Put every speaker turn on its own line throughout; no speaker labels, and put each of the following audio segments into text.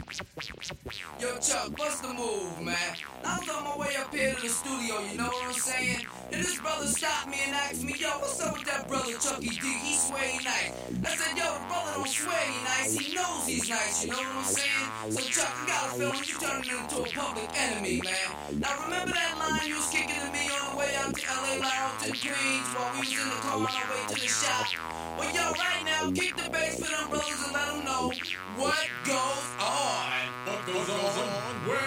Yo, Chuck, what's the move, man? I was on my way up here to the studio, you know what I'm saying? And this brother stopped me and asked me, yo, what's up with that brother Chucky D? He sway nice. I said, yo, the brother don't sway nice. He knows he's nice, you know what I'm saying? So, Chuck, I got a feeling you turning into a public enemy, man. Now, remember that line you was kicking at me on the way out to LA Lounge and Queens while we was in the car on our way to the shop? Well, yo, right now, kick the bass for them brothers and let them know what goes on. What goes on? Well,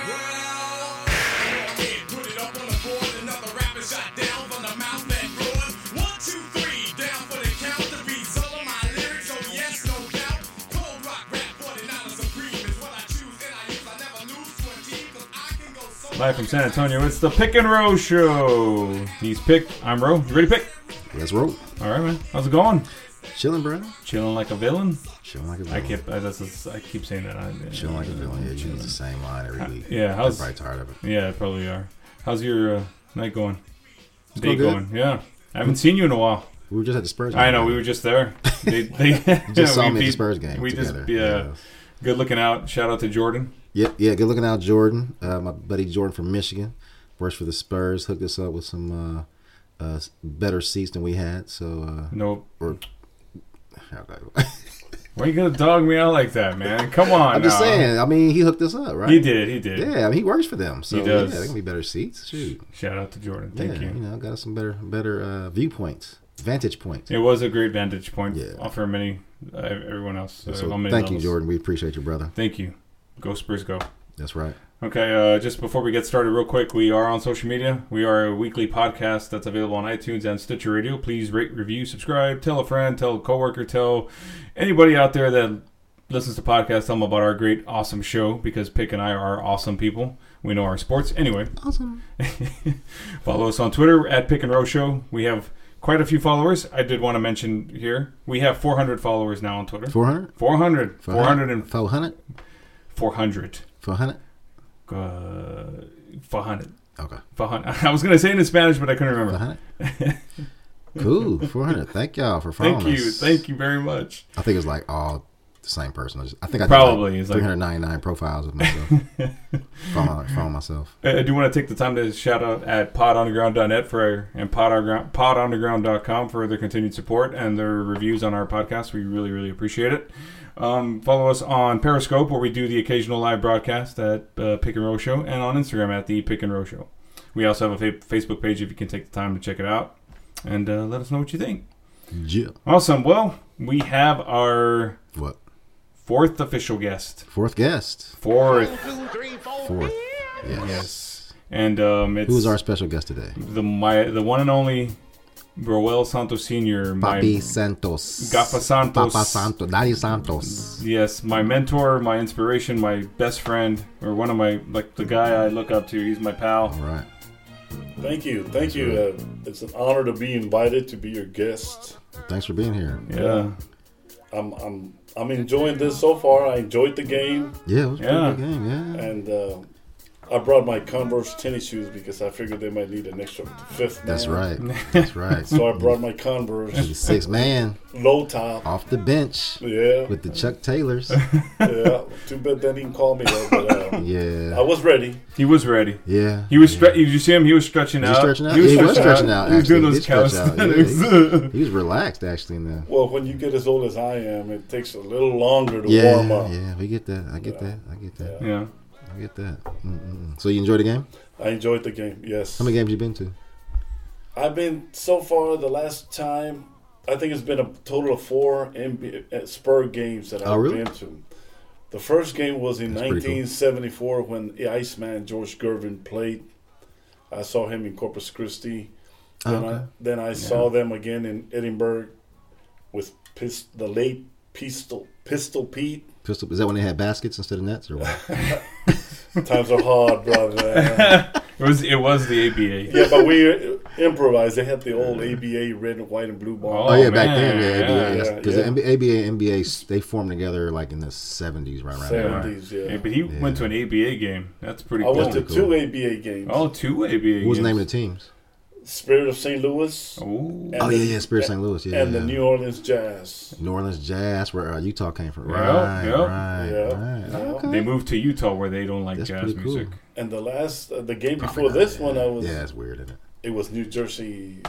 Kid put it up on the board, another rapper shot down from the mouth that roared. One, two, three, down for the count. The beats all of my lyrics, oh yes, no doubt. Cold rock rap, 49 supreme is what I choose, and I use. I never lose to a team, 'cause I can go so
Live from San Antonio, it's the Pick and Row Show. He's Pick, I'm Row. You ready, Pick?
Let's roll.
All right, man. How's it going?
Chilling, bro.
Chilling like a villain.
Chilling like a
I
villain.
keep I, that's, I keep saying that. I,
Chilling like a villain. Yeah, chilling the same line every week.
yeah,
They're
how's-
probably tired of it.
Yeah, I probably are. How's your uh, night going? Day
going good.
going? Yeah, I haven't seen you in a while.
We were just at the Spurs.
I
game,
know
man.
we were just there. They, they
just saw
we
me at the Spurs game
We
together.
just yeah,
Yeah.
good looking out. Shout out to Jordan.
Yeah, yeah. Good looking out, Jordan. Uh, my buddy Jordan from Michigan works for the Spurs. Hooked us up with some uh, uh, s- better seats than we had. So, uh,
No,
or, how do I-
why you gonna dog me out like that, man? Come on,
I'm just
now.
saying. I mean, he hooked us up, right?
He did. He did.
Yeah, I mean, he works for them. So
He does.
yeah, they can be better seats. Shoot.
Shout out to Jordan. Thank
yeah,
you.
know, got us some better, better uh, viewpoints, vantage points.
It was a great vantage point
Yeah.
for many uh, everyone else. uh,
So
on many
thank you,
levels.
Jordan. We appreciate you, brother.
Thank you. Go Spurs, go.
That's right.
Okay, uh, just before we get started, real quick, we are on social media. We are a weekly podcast that's available on iTunes and Stitcher Radio. Please rate, review, subscribe, tell a friend, tell a coworker, tell anybody out there that listens to podcasts. Tell them about our great, awesome show because Pick and I are awesome people. We know our sports. Anyway,
Awesome.
Follow us on Twitter at Pick and Row Show. We have quite a few followers. I did want to mention here we have 400 followers now on Twitter.
400?
400. 400 and
400?
400.
400?
Uh, 400.
Okay.
400. I was going to say it in Spanish, but I couldn't remember.
400? cool. 400. Thank y'all for following
Thank you.
us.
Thank you very much.
I think it's like all the same person. I just- I think I did
Probably,
Like
it's like-
399 profiles of myself. following, following myself.
Uh, I I do want to take the time to shout out at podunderground.net for and podunderground, podunderground.com for their continued support and their reviews on our podcast. We really, really appreciate it. Um, follow us on Periscope, where we do the occasional live broadcast at uh, Pick and Row Show, and on Instagram at the Pick and Row Show. We also have a fa- Facebook page if you can take the time to check it out and uh, let us know what you think.
Yeah.
Awesome. Well, we have our
What?
fourth official guest.
Fourth guest.
Fourth.
Fourth. Yes.
And um, it's
Who is our special guest today?
the my the one and only Roel Santos Senior. My
Papi Santos.
Gafa Santos.
Papa Santos. Daddy Santos.
yes, my mentor, my inspiration, my best friend, or one of my like the guy I look up to. He's my
All
pal.
right.
Thank you, thank you. Uh, it's an honor to be invited to be your guest.
Thanks for being here.
Yeah,
I'm, I'm, I'm enjoying this so far. I enjoyed the game,
Yeah, it was a pretty
Yeah.
good game. Yeah.
and uh, I brought my Converse tennis shoes because I figured they might need an extra fifth.
That's
man.
right. That's right.
So I brought my Converse
Six man
low top.
off the bench
Yeah,
with the Chuck Taylors.
yeah. Too bad they didn't call me though. But, uh, I
Yeah.
was ready.
He was ready.
Yeah.
He was. Stre- did you see him? He was stretching
He
out.
was stretching out. He was stretching out.
He was doing
actually.
those
He did stretch out.
calisthenics.
Yeah, he- He was relaxed actually in the.
Well, when you get as old as I am, it takes a little longer to
Yeah,
warm up.
yeah, we get that. I get that. I get that.
yeah.
I get that. Mm-mm. So you enjoyed the game?
I enjoyed the game. Yes.
How many games you been to?
I've been so far the last time. I think it's been a total of four NBA, uh, Spur games that
Oh,
I've
really?
been to. The first game was in
That's pretty cool.
1974 when the Iceman George Gervin played. I saw him in Corpus Christi. Then
Oh, okay.
I, then I saw them again in Edinburgh with pis- the late Pistol Pistol Pete.
Pistol, is that when they had baskets instead of nets or what?
Times are hard, brother.
It was. It was the ABA.
yeah, but we improvised. They had the old ABA red, white, and blue ball.
Oh,
Oh,
yeah, back then,
man,
yeah,
yeah,
ABA,
yeah,
because
yeah.
the NBA, and NBA, they formed together like in the seventies, right around there.
Seven.
right?
Seventies, yeah.
Yeah, but he went to an ABA game. That's pretty
I
cool.
went to
Pretty
two
cool.
ABA games.
oh, two ABA
What was the
games.
name of the teams?
Spirit of St. Louis.
Ooh.
and
Oh yeah,
the-
yeah, Spirit St. Louis, yeah,
and
yeah.
the New Orleans Jazz.
New Orleans Jazz, where uh, Utah came from,
Yeah,
right?
yeah,
right, Oh,
yeah.
right. Okay.
They moved to Utah where they don't like
That's
jazz
pretty cool.
music.
And the last, uh, the game
Probably
before
not,
this
yeah.
one, I was
yeah, it's weird, isn't it?
it was New Jersey uh,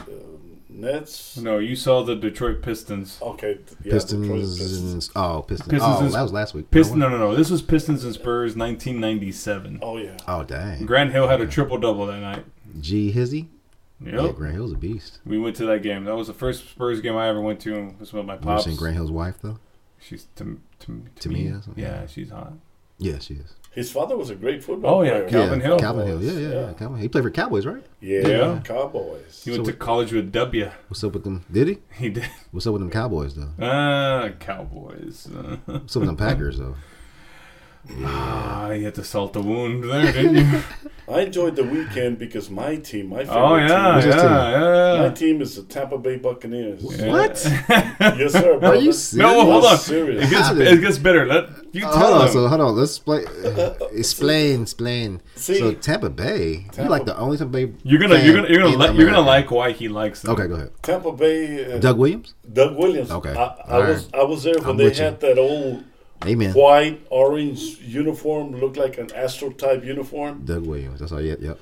Nets.
No, you saw the Detroit Pistons.
Oh,
Okay, th- yeah,
Pistons,
Detroit Pistons.
and oh, Pistons.
Pistons
oh,
is-
that was last week.
Pistons. No, no, no. This was Pistons and Spurs, 1997.
Oh yeah,
Oh dang,
Grant Hill had a triple double that night.
G Hizzy. Yeah,
Yep.
Grant Hill's a beast.
We went to that game. That was the first Spurs game I ever went to. and It was with my
You ever
pops.
seen Grant Hill's wife though?
She's Tam- Tam-
Tamia
Tamia.
or something?
Yeah, she's hot.
Yeah, she is.
his father was a great football.
Oh, yeah,
player.
Calvin
yeah,
Hill.
Calvin Hill. Yeah, yeah, yeah. Calvin. He played for Cowboys, right?
yeah,
Yeah.
Cowboys.
He went
So
to college with W.
What's up with them? Did he?
He did.
What's up with them Cowboys though?
Ah, Cowboys. Uh,
What's up with them Packers though?
ah, you had to salt the wound there, didn't you?
I enjoyed the weekend because my team, my favorite
oh yeah,
team,
his team?
yeah,
my
yeah.
team is the Tampa Bay Buccaneers.
What?
yes, sir.
Are
brother.
you serious?
No, hold on.
serious.
It gets,
How did-
it gets better. Let you
Oh,
tell
hold on,
them.
so hold on. Let's play. uh, explain, explain.
See-
so Tampa Bay, you like the only Tampa Bay.
You're gonna,
fan
you're gonna, you're gonna,
in
li- you're
America.
gonna like why he likes them.
Okay, go ahead.
Tampa Bay. Uh,
Doug Williams.
Doug Williams.
Okay.
I, I
All right.
was I was there when
I'm
they
with you.
had that old
Amen.
white orange uniform, looked like an Astro type uniform, Um,
Doug Williams. That's all. Yeah, yep.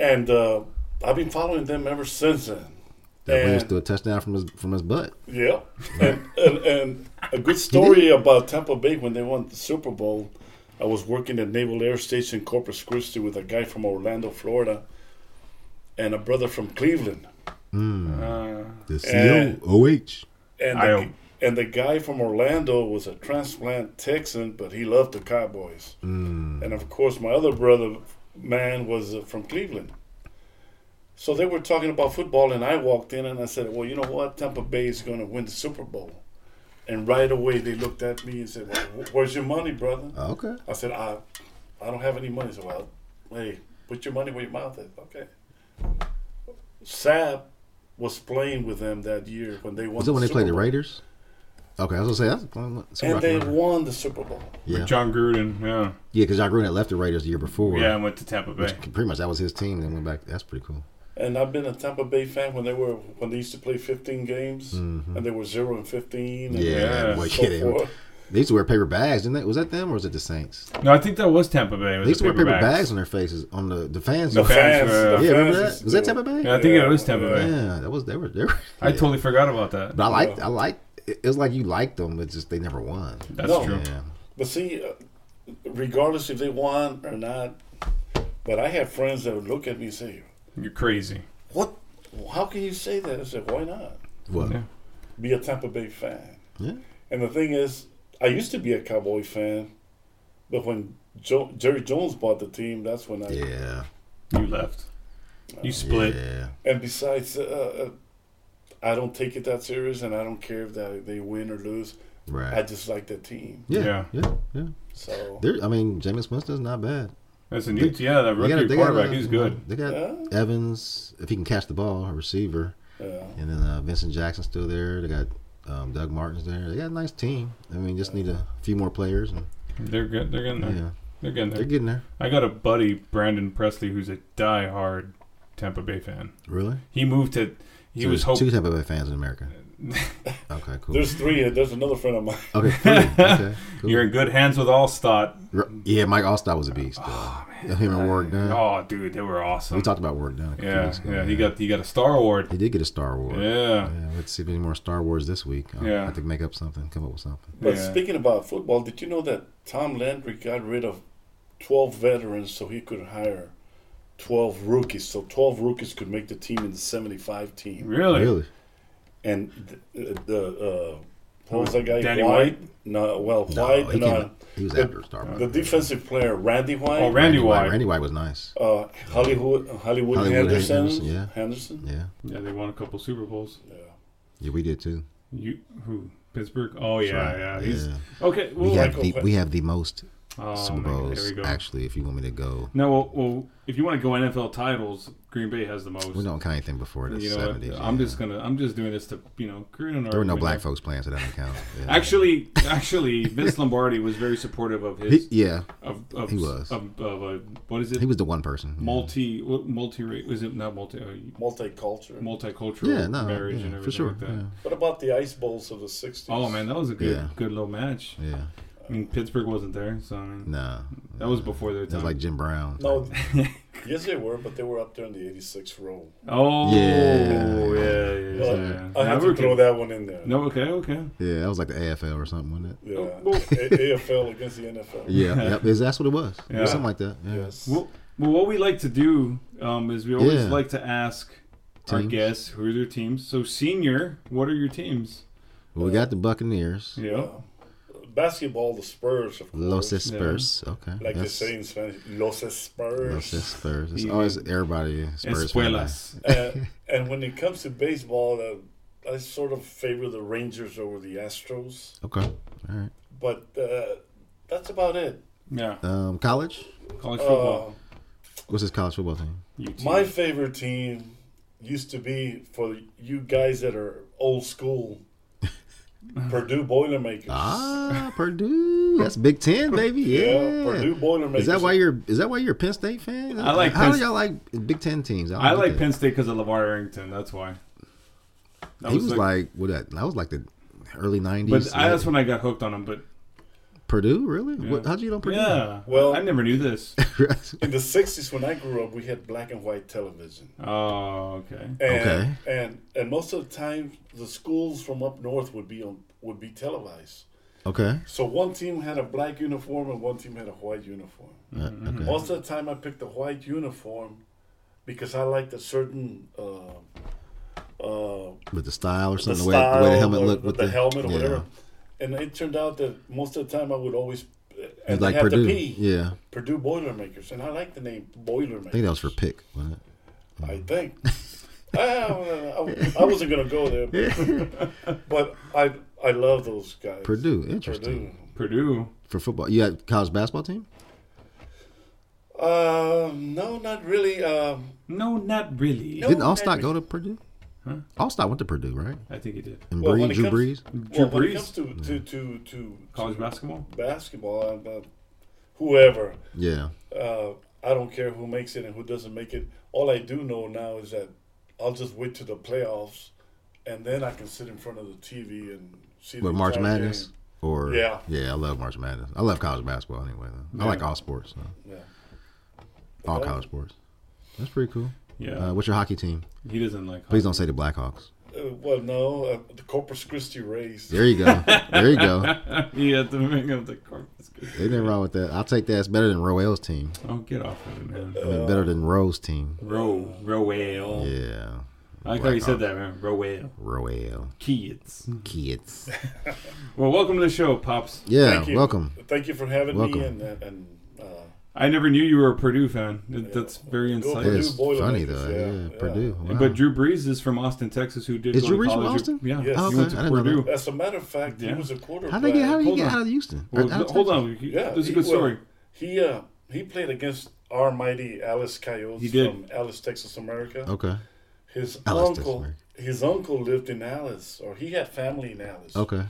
and uh, I've been following them ever since then.
Doug Williams
And-
threw a touchdown from his from his butt.
Yeah, and and, and a good story about Tampa Bay when they won the Super Bowl. I was working at Naval Air Station Corpus Christi with a guy from Orlando, Florida, and a brother from Cleveland.
The C O O H.
And
Iowa.
the, and the guy from Orlando was a transplant Texan, but he loved the Cowboys. And of course, my other brother, man, was uh, from Cleveland. So they were talking about football, and I walked in and I said, Well, you know what? Tampa Bay is going to win the Super Bowl. And right away, they looked at me and said, well, wh- Where's your money, brother?
Okay.
I said, I, I don't have any money. So, well, hey, put your money where your mouth is. Okay. Sab was playing with them that year when they won.
Was it when they
Super
played the
Bowl.
Raiders? Okay, I was gonna say that's. that's a
And
rock
they
number.
won the Super Bowl.
yeah,
John Gruden. Yeah,
yeah, because John Gruden had left the Raiders the year before.
yeah, I went to Tampa Bay.
pretty much that was his team. Then went back. That's pretty cool.
And I've been a Tampa Bay fan when they were when they used to play 15 games and they were zero and 15. And
Mm-hmm. Yeah, boy,
so
get him.
forth.
They used to wear paper bags, didn't they? Was that them or was it the Saints?
No, I think that was Tampa Bay. with
They used to
the
wear paper bags.
bags.
on their faces on the the fans.
The fans.
Fans,
were-
the
Yeah, remember
fans
that? Was that Tampa Bay?
Yeah, I think it was Tampa Bay.
Yeah, that was they were they were.
I totally forgot about that.
But I liked I liked it it was like you liked them, but just they never won.
That's
No.
true.
Yeah.
But see, uh, regardless if they won or not, but I have friends that would look at me and say,
You're crazy.
What? How can you say that? I said, Why not?
What?
Yeah.
Be a Tampa Bay fan.
Yeah.
And the thing is, I used to be a Cowboy fan, but when jo- Jerry Jones bought the team, that's when I.
Yeah.
You left. You split.
Yeah.
And besides, uh, uh, I don't take it that serious, and I don't care if that they win or lose.
Right.
I just like the team.
yeah.
Yeah.
Yeah. Yeah.
So
They're, I mean, Jameis Winston's not bad.
That's a new. Yeah, that
They got-
rookie
they got,
quarterback.
uh,
He's good.
They got Evans if he can catch the ball, a receiver, and then uh, Vincent Jackson's still there. They got um, Doug Martin's there. They got a nice team. I mean, just need a few more players. And,
They're good. They're getting there.
yeah.
They're getting there.
They're getting there.
I got a buddy, Brandon Presley, who's a die-hard Tampa Bay fan.
Really?
He moved to. He
So
was
there's two
hoping.
Tampa Bay fans in America. Okay, cool.
There's three. There's another friend of mine.
okay, three. okay, cool.
You're in good hands with Allstott.
R- yeah, Mike Allstott was a beast. Oh, Him and Warwick Dunn.
Oh, dude, they were awesome.
We talked about Warwick Dunn. a few
yeah,
weeks ago,
yeah. He got he got a Star
He
Award.
did get a Star Wars.
Yeah.
let's see if any more Star Wars this week. I'll
Yeah.
have to make up something, come up with something.
But
Yeah.
speaking about football, did you know that Tom Landry got rid of 12 veterans so he could hire 12 rookies? So 12 rookies could make the team in the 75 team.
Really?
Really?
And the, the uh, what was that guy?
Danny White?
No, well,
No,
White.
he,
and,
came-
uh,
he was
the,
after Star Wars.
the defensive player, Randy White.
Oh, Randy White. Oh.
Randy White was nice.
uh, Hollywood, Hollywood,
Hollywood
Henderson.
Henderson, yeah.
Henderson.
Yeah,
Yeah, they won a couple Super Bowls.
yeah, we did too.
You who? Pittsburgh. Oh yeah,
right.
yeah. He's
Yeah.
okay. Well,
We have
like-
the we have the most
Oh,
Super
my God,
Bowls.
there we go.
Actually, if you want me to go,
no, well, well, if you want to go NFL titles, Green Bay has the most.
we don't count anything before the
you know, what?
seventies.
I'm just gonna. I'm just doing this to you know. create an
There were no
argument.
black folks playing, so that don't count. Yeah.
Actually, actually, Vince Lombardi was very supportive of his.
He- yeah,
of, of,
he was.
of, of a, what is it?
he was the one person. yeah.
multi multi was it not multi uh,
Multicultural.
multicultural
Yeah, no,
marriage
yeah,
and
for
everything
sure,
like that.
yeah.
What about the Ice Bowls of the 60s?
Oh man, that was a good
Yeah.
good little match.
Yeah,
I mean, Pittsburgh wasn't there, so I mean,
nah,
that was before their
that
time.
was like Jim Brown.
No, yes, they were, but they were up there in the 86 row.
oh
Yeah.
yeah, yeah, yeah. yeah.
I
Now
have
we're
to throw
good.
that one in there.
No, okay, okay.
yeah, that was like the AFL or something, wasn't it?
Yeah.
well-
A- AFL against the NFL.
Yeah, yep, is- that's what it was. It
Yeah.
was something like that. Yeah.
Yes.
Well, well, what we like to do um, is we always
Yeah.
like to ask our
Teams.
guests who are their teams. So, senior, what are your teams?
Well, we got the Buccaneers,
Yeah,
Basketball, the Spurs, of course.
Los Spurs. Okay,
like they
that's-
say in Spanish, Los
Los
Spurs.
Spurs. It's always everybody Spurs. fan.
espuelas.
and, and when it comes to baseball, uh, I sort of favor the Rangers over the Astros.
Okay, all right.
But uh, that's about it.
Yeah,
Um, college.
college
Oh.
football.
What's his college football team?
UT.
My favorite team used to be for you guys that are old school. Purdue Boilermakers.
Ah, Purdue. That's Big Ten, baby. Yeah,
Purdue Boilermakers.
Is that why you're? Is that why you're a Penn State fan?
I like
How
Penn-
do y'all like Big Ten teams? don't
I
get
like
that.
Penn State because of Levar Arrington. That's why. That
He was like, what? That, that was like the early nineties.
but I, that's when I got hooked on him. But
Purdue, really? What,
Yeah.
how'd you know Purdue?
yeah, well,
Well-
I never knew this.
In the '60s, when I grew up, we had black and white television,
Oh, okay.
and
Okay.
and and most of the time, the schools from up north would be on would be televised.
okay.
So one team had a black uniform and one team had a white uniform.
Uh, okay.
Most of the time, I picked the white uniform because I liked a certain uh, uh,
With the style or
the
something, the, way,
style,
the way the helmet
or
looked,
the,
with
the,
the,
helmet or
yeah.
whatever. And it turned out that most of the time, I would always
It's
and
like
they had
Purdue.
the P,
Yeah,
Purdue Boilermakers, and I like the name Boilermakers.
I think that was for pick. Wasn't it?
I think. I, uh, I, I wasn't gonna go there, but, but I I love those guys.
Purdue. Interesting
Purdue.
for football. You had college basketball team?
Uh, no, not really. Um,
No, not really.
No.
Didn't
that
Allstott
was-
go to Purdue? Allstott went to Purdue, right?
I think he did.
And
Well, when
Brees,
it
Drew
comes-
Brees.
well, when
Brees.
it comes to to to, to
College basketball.
basketball, I'm, uh, whoever,
Yeah.
uh, I don't care who makes it and who doesn't make it. All I do know now is that I'll just wait to the playoffs, and then I can sit in front of the TV and see the
With March
entire
Madness?
game.
Or
Yeah.
yeah, I love March Madness. I love college basketball anyway. Though. I like all sports, so. all college sports. That's pretty cool.
Yeah.
Uh, what's your hockey team?
he doesn't like.
Please don't say the Blackhawks.
Uh, well, no, uh, the Corpus Christi race.
There you go. there you go.
he had to bring up the Corpus Christi.
Anything wrong with that? I'll take that. It's better than Roel's team.
Oh, get off of it, man.
I mean, better than Rowe's team.
Row, Roel.
Yeah.
I like how you said that, man. Roel.
Roel
Kids.
kids.
Well, welcome to the show, pops.
Yeah.
Thank you.
Welcome.
Thank you for having
Welcome.
me. And and uh,
I never knew you were a Purdue fan. That- That's very
Purdue
insightful.
It's funny
Boilermakers,
though.
yeah,
Yeah.
yeah.
Purdue. Wow.
But Drew Brees is from Austin, Texas. Who did
Is
go
Drew
to
Brees from
college.
Austin?
Yeah,
Yes. Oh,
he went
okay.
to
I didn't know
Purdue.
as a matter of fact,
Yeah.
he was a quarterback.
how did they get? How did you
Hold
get
on.
out of Houston?
Well,
Out of Texas?
hold on.
yeah,
There's a
he- well,
good story.
He uh, he played against our mighty Alice Coyotes
He did.
from Alice, Texas, America.
Okay.
His
Alice, Texas,
uncle,
America.
his uncle lived in Alice, or he had family in Alice.
Okay.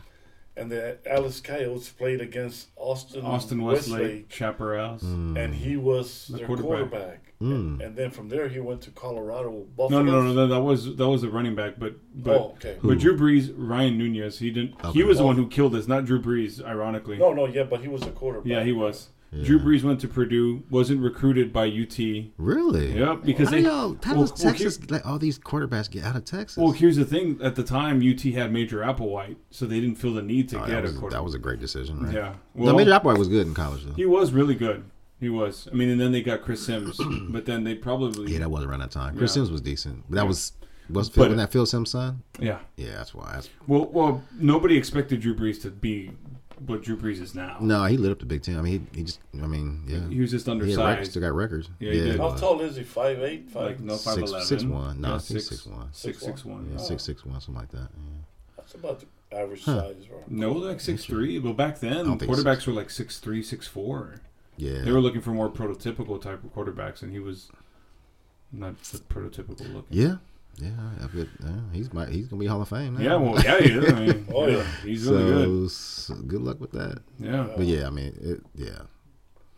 and the Alice Coyotes played against Austin,
Austin Westlake, Chaparral's.
Mm. Hmm.
and he was
The
their
quarterback.
quarterback. And, and then from there, he went to Colorado
No,
Buffalo.
no, no, no, that was that was a running back, but but
Oh, okay.
but Drew Brees, Ryan Nunez, he didn't. He was the one who killed us, not Drew Brees. Ironically,
no, no, yeah, but he was a quarterback.
yeah, he was. Drew Brees went to Purdue, wasn't recruited by UT.
Really?
Yep, because
how
they
do y'all, how
well,
does
well,
Texas
here-
let all these quarterbacks get out of Texas?
Well, here's the thing: at the time, UT had Major Applewhite, so they didn't feel the need to
Oh,
get
that, was,
a
that
quarterback.
was a great decision, right?
yeah,
No, Major Applewhite was good in college though.
He was really good. He was. I mean, and then they got Chris Sims, but then they probably
yeah,
yeah.
that was around that time. Chris
Yeah.
Sims was decent, but that was was
But-
Phil, when that Phil Sims son. Yeah, that's why. That's,
Well, well, nobody expected Drew Brees to be what Drew Brees is now.
no, he lit up the Big Ten. I mean, he, he just, I mean, yeah,
He was just
He had records,
undersized,
still got records.
Yeah, he did.
How tall is he? Five eight, five.
like no five
Six-
eleven,
six one. No, I think
six
six one.
six six one.
yeah, six six one, something like that. Yeah.
That's about the average size, right?
No, like six three. Well, back then
don't think
quarterbacks were like six three, six four.
Yeah.
They were looking for more prototypical type of quarterbacks, and he was not the prototypical looking.
yeah. Yeah. I bet, yeah. He's my, he's gonna be Hall of Fame. Now.
Yeah, well, yeah, he is. I mean,
Oh,
yeah,
yeah.
he's
so
really good.
s- good luck with that.
Yeah.
But yeah, I mean, it, yeah.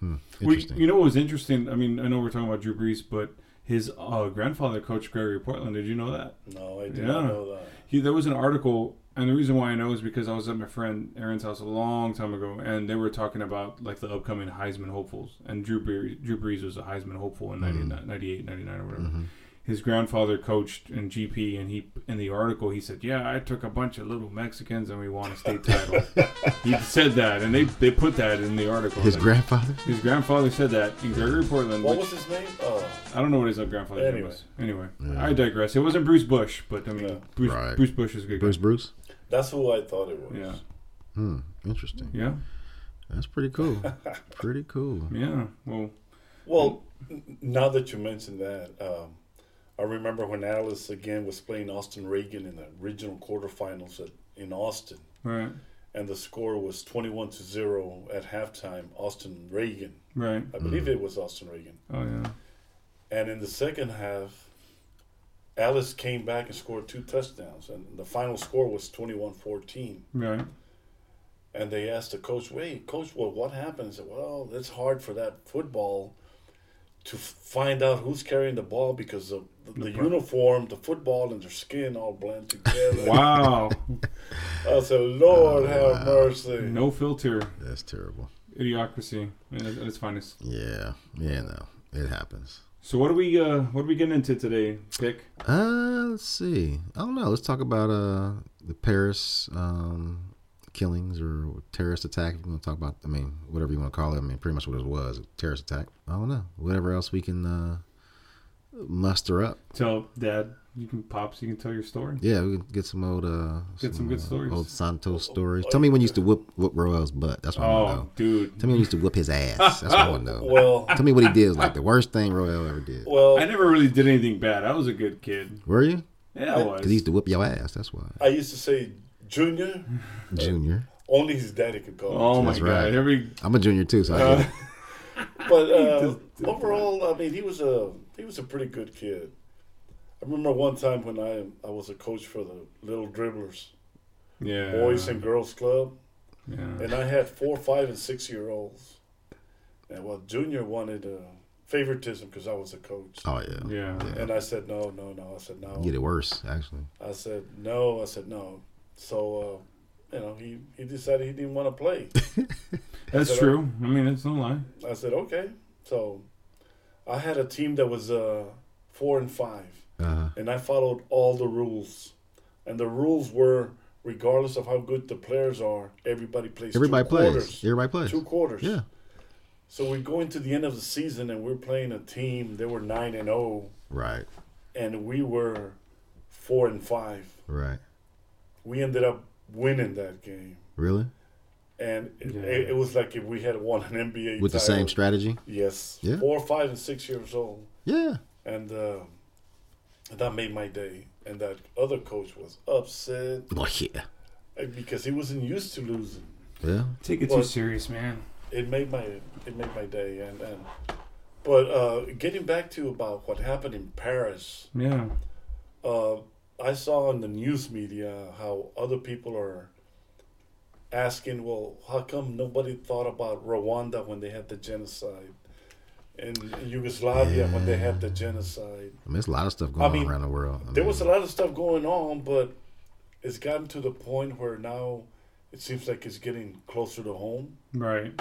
Hmm,
Well,
interesting.
you know what was interesting? I mean, I know we're talking about Drew Brees, but his uh, grandfather coached Gregory Portland. Did you know that?
No, I did
Yeah.
not know that.
He, there was an article, and the reason why I know is because I was at my friend Aaron's house a long time ago, and they were talking about like the upcoming Heisman hopefuls, and Drew Brees, Drew Brees was a Heisman hopeful in
Mm-hmm.
99, 98, 99 or whatever. His grandfather coached in GP, and he in the article he said, "Yeah, I took a bunch of little Mexicans, and we won a state title." he said that, and they, they put that in the article.
his
Like,
grandfather.
his grandfather said that in Gregory Portland.
What
which-
was his name? Oh,
I don't know what his grandfather's name
Anyway.
was. Anyway, I digress. It wasn't Bruce Bush, but I mean,
Yeah.
Bruce,
Right.
Bruce Bush is a good. guy.
Bruce Bruce.
that's who I thought it was.
Yeah,
Hmm. Interesting.
yeah,
That's pretty cool. pretty cool.
yeah. Well,
Well, n- now that you mention that, um, I remember when Alice again was playing Austin Reagan in the original quarterfinals at, in Austin,
right,
and the score was twenty-one to zero at halftime. Austin Reagan,
right.
I believe it was Austin Reagan,
Oh yeah,
and in the second half, Alice came back and scored two touchdowns, and the final score was 21-14.
right.
And they asked the coach, "Wait, coach, well, what happened?" He said, "Well, it's hard for that football to f- find out who's carrying the ball because of the, the uniform, the football, and their skin all blend together."
Wow,
I said, "Lord have mercy."
no filter,
That's terrible.
idiocracy at at its finest.
Yeah. Yeah. No, it happens.
So what are we? Uh, what are we getting into today, Pick?
Uh, let's see. I don't know. Let's talk about uh the Paris um killings or terrorist attack. If you want to talk about, I mean, whatever you want to call it. I mean, pretty much what it was, a terrorist attack. I don't know. Whatever else we can uh muster up.
Tell Dad. You can pops. You can tell your story.
Yeah, we can get some old uh
Get some good
uh,
stories.
Old Santos stories. Tell me when you used to whoop whoop Roel's butt. That's what I want to
Oh,
know.
dude.
Tell me when you used to whoop his ass. That's what I want to know.
Well,
Tell me what he did was like the worst thing Roel ever did.
well,
I never really did anything bad. I was a good kid.
Were you?
Yeah, I was.
Because he used to whoop your ass. That's why.
I used to say, "Junior,"
Junior.
only his daddy could call.
oh my
That's
god.
right.
Every
I'm a junior too, so I get it.
but uh, overall, I mean, he was a he was a pretty good kid. I remember one time when I I was a coach for the little dribblers,
yeah.
boys and girls club.
Yeah.
and I had four, five, and six year olds. And well, Junior wanted uh, favoritism because I was a coach.
Oh yeah.
Uh, Yeah.
And I said, no, no, no. I said, no.
Get it worse, actually.
I said, no. I said, no. So, uh, you know, he, he decided he didn't want to play.
That's true. I mean, it's no lie.
I said, okay. So I had a team that was uh, four and 5
Uh-huh.
And I followed all the rules. And the rules were regardless of how good the players are, everybody plays two
Everybody plays.
quarters.
Everybody plays.
Two quarters.
Yeah.
So we're going to the end of the season, and we're playing a team. They were nine and zero,
Right.
and we were four and five.
Right.
We ended up winning that game,
Really?
and it, it, it was like if we had won an NBA
With the
title.
same strategy?
Yes,
Yeah.
four, five, and six years old,
Yeah.
and uh, that made my day. And that other coach was upset
Well, yeah.
uh, because he wasn't used to losing.
Yeah.
Take it
Well-
too serious, man.
it made my it made my day and, and but uh, getting back to about what happened in Paris,
Yeah.
uh, I saw in the news media how other people are asking, well, how come nobody thought about Rwanda when they had the genocide, and Yugoslavia when they had the genocide?
I mean, there's a lot of stuff going
mean,
on around the world. I
There
mean,
was a lot of stuff going on, but it's gotten to the point where now it seems like it's getting closer to home.
Right.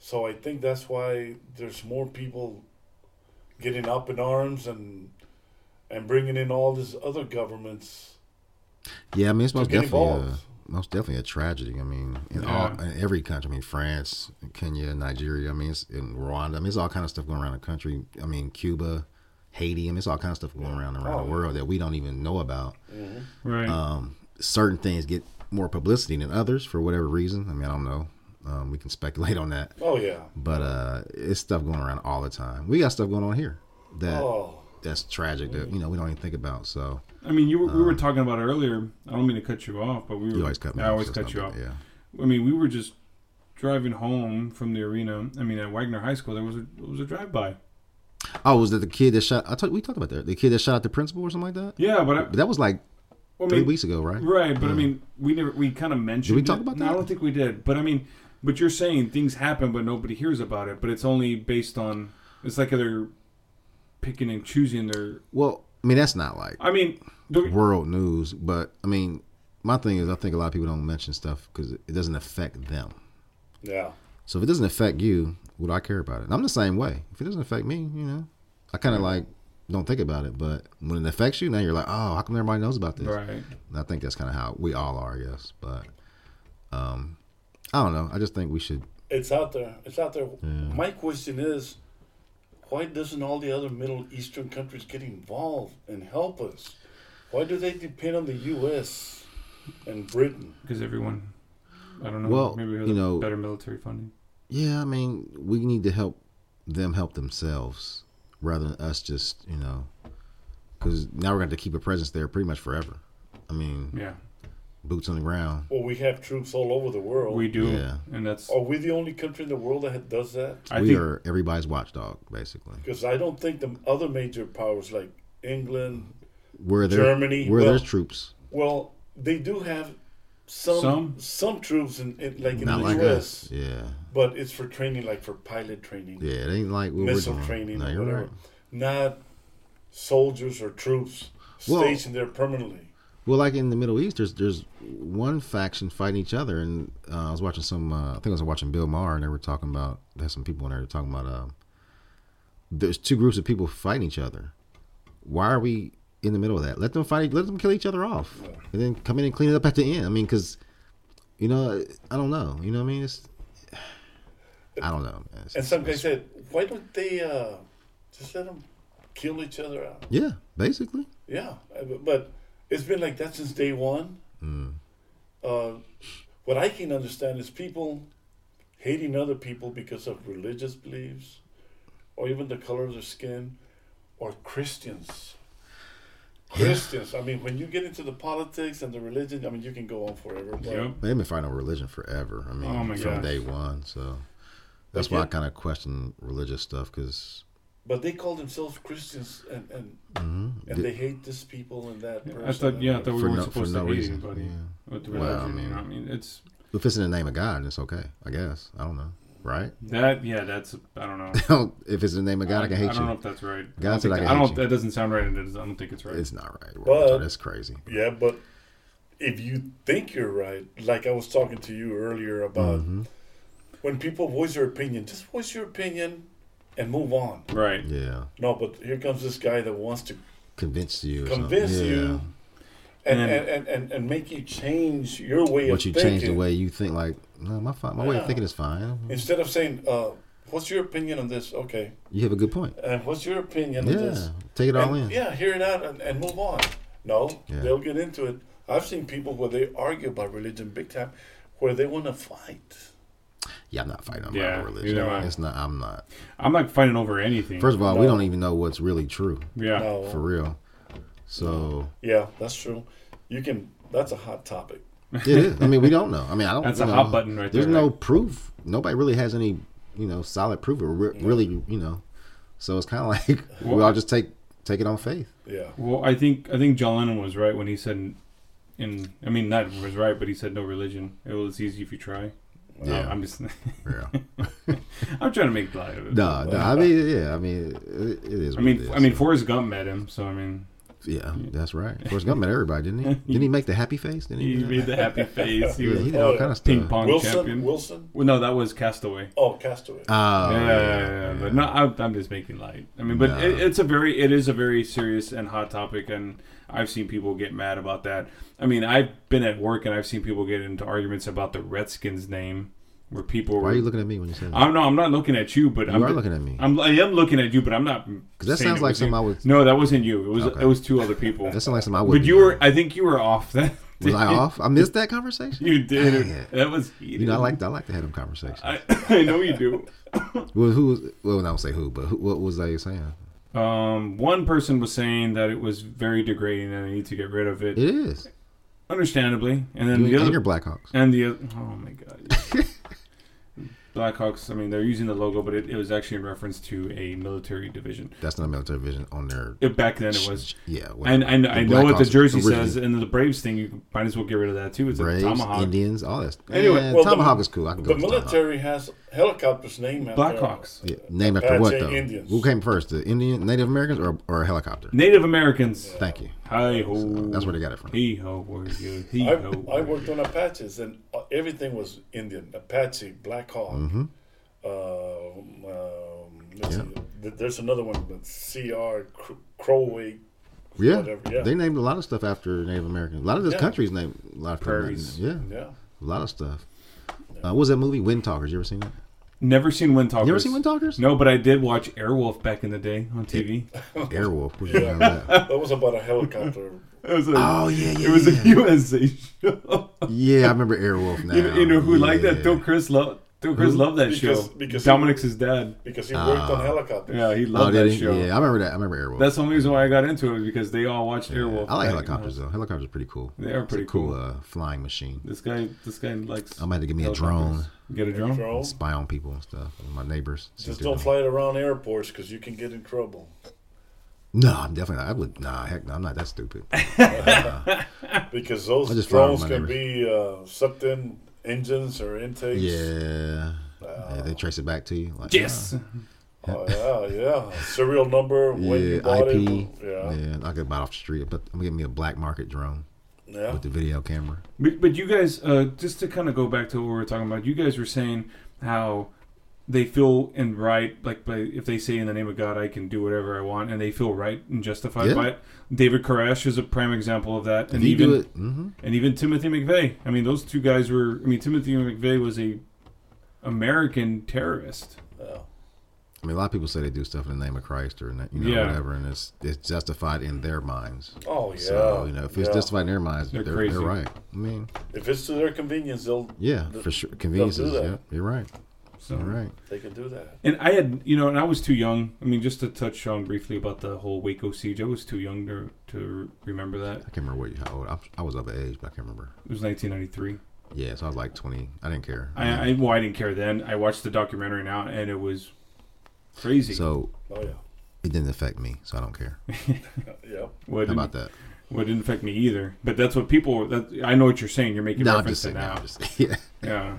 So I think that's why there's more people getting up in arms and and bringing in all these other governments.
Yeah, I mean, it's most
get
definitely a,
involved.
most definitely a tragedy. I mean, in all in every country. I mean, France, Kenya, Nigeria. I mean, it's in Rwanda. I mean, it's all kind of stuff going around the country. I mean, Cuba, Haiti. I mean, it's all kind of stuff going around around the world that we don't even know about.
Right.
Um, certain things get more publicity than others for whatever reason. I mean, I don't know. Um, we can speculate on that,
Oh yeah.
but uh, it's stuff going around all the time. We got stuff going on here that
Oh.
that's tragic that you know we don't even think about. So
I mean, you were, we were talking about earlier. I don't mean to cut you off, but we were.
Um, you always cut me.
I
off,
always
so it's
cut you
not
off.
bad, Yeah.
I mean, we were just driving home from the arena. I mean, at Wagner High School, there was a there was a drive by.
Oh, was that the kid that shot? I talked. We talked about that. The kid that shot at the principal or something like that.
Yeah, but I,
But that was like
well, I
three
mean,
weeks ago, right?
Right, but I mean, we never we kind of mentioned.
we talk
it.
about
No, I
that?
don't think we did. But I mean, but you're saying things happen, but nobody hears about it. But it's only based on. It's like they're picking and choosing their.
Well, I mean that's not like
I mean, don't-
world news, but I mean my thing is I think a lot of people don't mention stuff because it doesn't affect them.
Yeah.
So if it doesn't affect you, would I care about it? And I'm the same way. If it doesn't affect me, you know, I kind of like don't think about it. But when it affects you, now you're like, oh, how come everybody knows about this?
right.
And I think that's kind of how we all are, yes. But um, I don't know. I just think we should.
It's out there. It's out there. My question is, why doesn't all the other Middle Eastern countries get involved and help us? Why do they depend on the U.S. and Britain?
Because everyone, I don't know.
Well,
maybe we have
you know-
better military funding.
Yeah, I mean, we need to help them help themselves rather than us just, you know, because now we're going to keep a presence there pretty much forever. I mean,
Yeah,
boots on the ground.
Well, we have troops all over the world.
we do,
Yeah.
and that's.
Are we the only country in the world that ha- does that?
I
we
think
are everybody's watchdog, basically.
Because I don't think the other major powers like England,
Where there,
Germany,
where there's
well,
troops,
well, they do have some
Some?
some, troops in, in like in
not
the
like
U.S.
us. Yeah,
But it's for training, like for pilot training,
yeah, it ain't like what
missile
we're doing.
training,
No,
or
you're
whatever.
right.
Not soldiers or troops
Well-
stationed there permanently.
Well, like in the Middle East, there's there's one faction fighting each other, and uh, I was watching some. Uh, I think I was watching Bill Maher, and they were talking about. They had some people in there talking about. Um, there's two groups of people fighting each other. Why are we in the middle of that? Let them fight. Let them kill each other off, and then come in and clean it up at the end. I mean, because you know, I don't know. You know what I mean? It's I don't know. man. It's-
And some guy said, "Why don't they uh, just let them kill each other out?"
yeah, basically.
Yeah, uh, bu- but it's been like that since day one. Uh, what I can understand is people hating other people because of religious beliefs, or even the color of their skin, or Christians. Christians. I mean, when you get into the politics and the religion, I mean, you can go on forever. But
Yep.
They've been fighting over religion forever. I mean,
Oh my
from
gosh.
day one. So that's why I kind of question religious stuff because
but they call themselves Christians, and and, and they hate this people and that. Person
I thought, yeah, I thought we
For
weren't
no- for
supposed
no
to hate
reason,
anybody
yeah.
with religion.
Well, I
you
mean-
know, I mean, it's
if it's in the name of God, it's okay. I guess I don't know, right?
that. Yeah, that's. I don't know.
if it's in the name of God, I, can hate
don't
you.
know if that's right.
God
I don't
said
think
I
that-
can
I
hate
don't.
you.
That doesn't sound right. and It is, I don't think it's right.
It's not right.
But-
that's crazy.
Yeah, but if you think you're right, like I was talking to you earlier about
Mm-hmm.
when people voice their opinion, just voice your opinion and move on.
right.
Yeah,
No, but here comes this guy that wants to
convince you. Or
convince
something.
you and,
And-
and, and, and, and make you change your way
Yeah.
of
But you
thinking.
change the way you think. Like, no, my fi- my way of
Yeah.
thinking is fine.
Instead of saying, uh, what's your opinion on this? Okay.
You have a good point.
And what's your opinion
Yeah,
on this?
take it all
And,
in.
Yeah, hear it out and, and move on. No,
Yeah.
they'll get into it. I've seen people where they argue about religion big time, where they want to fight.
Yeah, I'm not fighting about
Yeah,
religion.
neither am I.
It's not. I'm not.
I'm not fighting over anything.
First of all, we don't even know what's really true
yeah.
No.
for real. So
Yeah, that's true. You can. That's a hot topic.
It is. I mean, we don't know. I mean, I don't.
That's
you
a
know,
hot button right
There's
there,
no
right?
proof. Nobody really has any, you know, solid proof. Or re- really, you know, so it's kind of like we all just take take it on faith.
Yeah.
Well, I think I think John Lennon was right when he said in I mean not was right, but he said no religion. It was easy if you try. Uh,
Yeah.
I'm just
Yeah.
I'm trying to make light of it.
No, no. I mean, yeah. I mean, it, it is.
I
what it
mean
is,
I mean
so.
Forrest Gump met him, so I mean
yeah, that's right. Forrest Gump met everybody, didn't he? Didn't he make the happy face? Didn't he? do
he
that?
made the happy face. He
Yeah,
was
he did all kind of stuff.
ping pong
Wilson,
champion.
Wilson.
Well, no, that was Castaway.
Oh, Castaway.
Oh,
yeah, yeah, yeah, yeah. But no, I, I'm just making light. I mean, but it, it's a very, it is a very serious and hot topic, and I've seen people get mad about that. I mean, I've been at work and I've seen people get into arguments about the Redskins name, where people.
Why
were,
are you looking at me when you say that?
I'm no, I'm not looking at you, but I'm
are looking at me.
I'm, I am looking at you, but I'm not. Because
that sounds like something I would-
No, that wasn't you. It was
Okay.
it was two other people.
that sounds like something I would.
but you were. I think you were off that.
Was I off? I missed that conversation.
You did.
Dang it.
That was.
You know, I like I like to have them conversations.
I, I know you do.
well, who was? Well, I don't say who, but who, what was I saying?
Um, one person was saying that it was very degrading and I need to get rid of it,
It is.
understandably. And then
You,
the
and
other
your Blackhawks.
and the oth- oh my god, Blackhawks. I mean, they're using the logo, but it, it was actually in reference to a military division.
That's not military vision on their.
It, back then, it was.
Yeah, well,
And, and
the
I know what the
Blackhawks
jersey
originally-
says, and the Braves thing. You might as well get rid of that too. It's
Braves,
a tomahawk.
Indians, all that.
Anyway,
yeah,
Well, the-
tomahawk is cool. I can go.
The
with tomahawk.
military has helicopters named after
Blackhawks,
Yeah, named after
I'd
what
say
though?
Indians.
Who came first, the Indian Native Americans or or a helicopter?
Native Americans.
Thank you.
Hi ho.
That's where they got it from.
Hee ho, warrior. Hee
I,
ho.
I
warrior.
worked on Apaches, and uh, everything was Indian. Apache, Black Hawk.
Mm-hmm.
Um, um, let's see, th- there's another one, but CR, Cr- Crowway.
Yeah.
whatever, yeah.
they named a lot of stuff after Native Americans. A lot of this
Yeah.
country's named a lot of
Prairies.
Yeah,
Yeah.
a lot of stuff. Uh, what was that movie Wind Talkers? You ever seen that?
Never seen Wind Talkers.
You ever seen Wind Talkers?
No, but I did watch Airwolf back in the day on TV.
Airwolf. we should have that.
That was about a helicopter.
It was a,
Oh yeah, yeah.
it was a
yeah.
USA show.
yeah. I remember Airwolf now.
you, know- you know who liked that?
Yeah.
Bill Chris loved. Bill Chris loved that
Because-
show.
because he-
Dominic's his dad.
because he worked
Ah.
on helicopters.
Yeah, he
Oh,
loved
did
that
he?
show.
Yeah, I remember that. I remember Airwolf.
That's the only reason why I got into it because they all watched Airwolf.
I like
back-
helicopters though. Helicopters are pretty cool.
They
It's
are
a
pretty
cool.
cool.
uh, flying machine.
This guy, this guy likes.
I'm gonna have to give me a drone.
helicopters. Get a drone.
Drone.
Spy on people and stuff. and My neighbors. see
Oh. Just
what they're doing.
don't fly it around airports because you can get in trouble.
No, I'm definitely. Not, I would. Nah, heck, no, I'm not that stupid.
Because those
I just fly
drones
with my
can be uh, sucked in engines or intakes.
Yeah. Yeah, they trace it back to you. Like,
Yes.
Oh, yeah, yeah. Serial number,
Yeah,
when you bought
IP.
it.
Yeah.
Yeah.
I could buy it off the street, but I'm getting me a black market drone
Yeah.
with the video camera.
But, but you guys, uh, just to kind of go back to what we were talking about, you guys were saying how they feel and right, like by, if they say in the name of God, I can do whatever I want, and they feel right and justified
Yeah.
by it. David Koresh is a prime example of that, and
If you
even
do it, hmm
and even Timothy McVeigh. I mean, those two guys were. I mean, Timothy McVeigh was a American terrorist.
I mean, a lot of people say they do stuff in the name of Christ or in that- you know
Yeah.
whatever, and it's it's justified in their minds.
Oh, yeah.
So you know, if it's
yeah.
justified in their minds,
They're
they're,
crazy.
they're right. I mean,
If it's to their convenience, they'll
yeah,
th-
for sure. Conveniences.
that.
Yeah, you're right.
So.
You're right.
they can do that.
And I had, you know, and I was too young. I mean, just to touch on briefly about the whole Waco siege, I was too young to, to remember that.
I can't remember what you, how old I, I was of age, but I can't remember.
It was 1993.
Yeah, so I was like 20. I didn't care.
I, I well, I didn't care then. I watched the documentary now, and it was crazy.
so
Oh, yeah.
it didn't affect me, so I don't care. How
Yeah.
what didn't,
about that?
What didn't affect me either. But that's what people. That I know what you're saying. You're making
No, I'm
reference
just
to
saying.
now.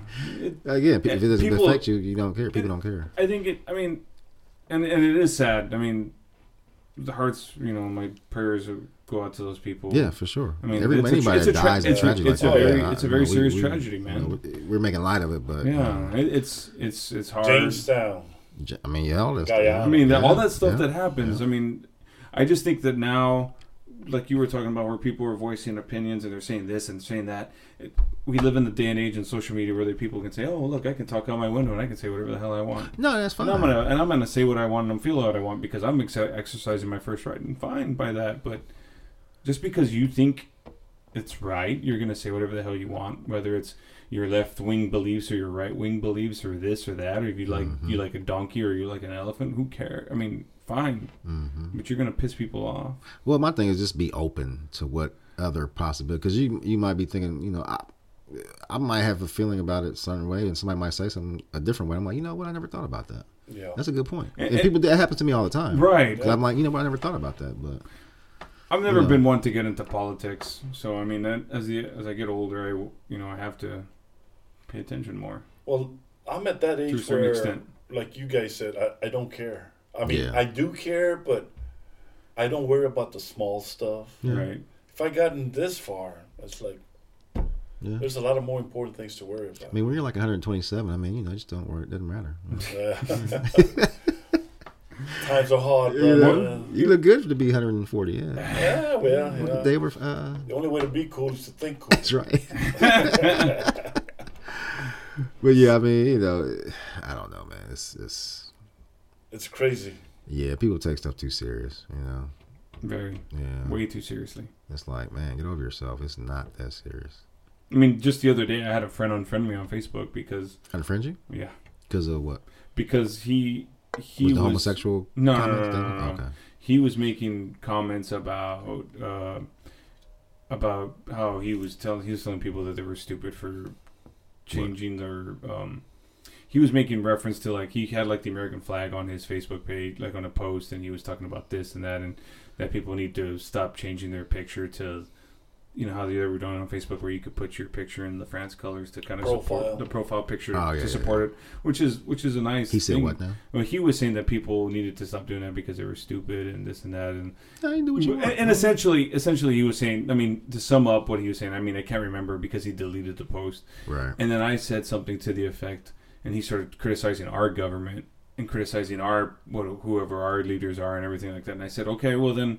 I'm just, yeah.
yeah. It-
Again, pe-
Yeah,
if it doesn't
people-
affect you, you don't care. People don't care.
I think it. I mean, and and it is sad. I mean, the hearts. You know, my prayers go out to those people.
Yeah, for sure.
I mean,
Every,
it's a-
anybody
it's a
that
tra-
dies in a
it's a-
tragedy
it's
like
a
that,
very-
yeah,
it's a
I-
very
we-
serious
we-
tragedy,
you
man.
know, we- we're making light of it, but
Yeah. It, it's it's it's hard.
Jamestown.
J- I mean, yeah, all that.
Guyana.
stuff.
I mean, that, all
Yeah,
that stuff
yeah.
that happens. I mean, I just think that now, like you were talking about, where people are voicing opinions and they're saying this and saying that. It, we live in the day and age in social media where the people can say, "Oh, look, I can talk out my window and I can say whatever the hell I want."
No, that's fine.
And I'm gonna and I'm gonna say what I want and I'm feel what I want because I'm ex- exercising my first right and fine by that. But just because you think it's right, you're gonna say whatever the hell you want, whether it's your left wing beliefs or your right wing beliefs or this or that, or if you like you like a donkey or you like an elephant, who cares? I mean, fine, but you're gonna piss people off.
Well, my thing is just be open to what other possibility because you you might be thinking, you know, I I might have a feeling about it a certain way, and somebody might say something a different way. I'm like, you know what? I never thought about that.
Yeah.
That's a good point. And, people that happens to me all the time,
Right.
Because I'm like, you know what? I never thought about that, but
I've never been one to get into politics, so I mean, that, as the, as I get older, I w- you know I have to pay attention more.
Well, I'm at that
To a
age
certain
where,
extent.
like you guys said, I, I don't care. I mean,
Yeah.
I do care, but I don't worry about the small stuff.
Right?
If I gotten this far, it's like
Yeah.
there's a lot of more important things to worry about.
I mean, when you're like 127, I mean, you know, just don't worry. It doesn't matter.
Times are hard,
You,
brother.
know, you look good to be 140. Yeah.
Yeah, well, you know,
They were. Uh,
the only way to be cool is to think cool.
That's right. but yeah, I mean, you know, I don't know, man. It's it's
It's crazy.
yeah, people take stuff too serious, you know.
Very,
Yeah.
way too seriously.
It's like, man, get over yourself. It's not that serious.
I mean, just the other day, I had a friend unfriend me on Facebook because
Unfriend you
yeah,
because of what?
because he he
Was the homosexual?
No, no, no,
comments
no,
thing?
no, no.
Okay.
He was making comments about uh, about how he was telling he was telling people that they were stupid for changing their. Um, he was making reference to like he had like the American flag on his Facebook page, like on a post, and he was talking about this and that, and that people need to stop changing their picture to. You know how they were doing on Facebook, where you could put your picture in the France colors to kind of
Profile.
support the profile picture
Oh, yeah,
to
yeah,
support it, which is which is a nice.
He said
thing.
what now?
Well, he was saying that people needed to stop doing that because they were stupid and this and that, and
No, you do what you
and,
want.
and essentially, essentially, he was saying. I mean, to sum up what he was saying, I mean, I can't remember because he deleted the post,
Right.
and then I said something to the effect, and he started criticizing our government and criticizing our what whoever our leaders are and everything like that. And I said, okay, well then,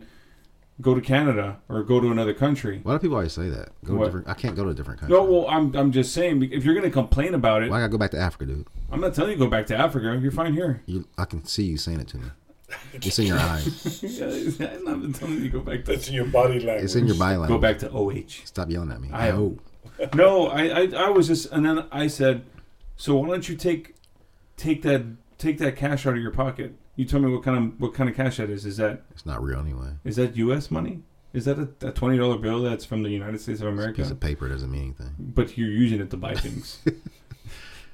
go to Canada or go to another country.
Why do people always say that? Go to
What?
different. I can't go to a different country.
No, well, I'm I'm just saying if you're going to complain about it,
Why I gotta go back to Africa, dude?
I'm not telling you to go back to Africa. You're fine here.
You, I can see you saying it to me. It's in your eyes.
I'm not telling you to go back to
It's in your body language.
It's in your body language.
go back to OH.
Stop yelling at me.
I-
oh,
no, I, I I was just and then I said, so why don't you take take that take that cash out of your pocket? You tell me what kind of what kind of cash that is. Is that
it's not real anyway.
is that U.S. money? Is that a, a twenty dollar bill that's from the United States of America?
Piece of paper doesn't mean anything.
but you're using it to buy things.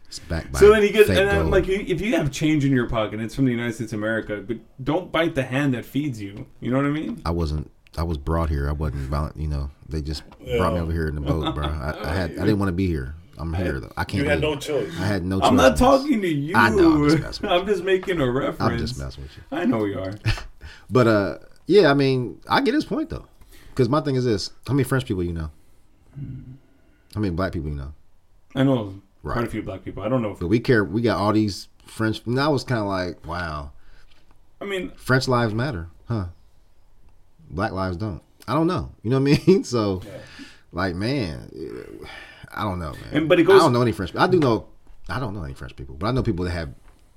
It's backed by
so then he gets
fake
and I'm
gold.
like, you- if you have change in your pocket, it's from the United States of America. But don't bite the hand that feeds you. You know what I mean?
I wasn't. I was brought here. I wasn't violent. You know, they just brought me over here in the boat, bro. I, I had. I didn't want to be here. I'm here though. I can't.
you had
leave.
no choice.
I had no.
I'm
choice.
not talking to you.
I know, I'm just messing with you.
I'm just making a reference.
I'm just messing with you.
I know you are.
But uh, yeah. I mean, I get his point though, because my thing is this: how many French people you know? How many black people you know?
I know quite a
Right.
few black people. I don't know if
But we care. We got all these French. And I was kind of like, wow,
I mean
French lives matter, huh? Black lives don't. I don't know. You know what I mean? So, like, man, eh, I don't know, man.
And- but it goes-
I don't know any French. I do know. I don't know any French people, but I know people that have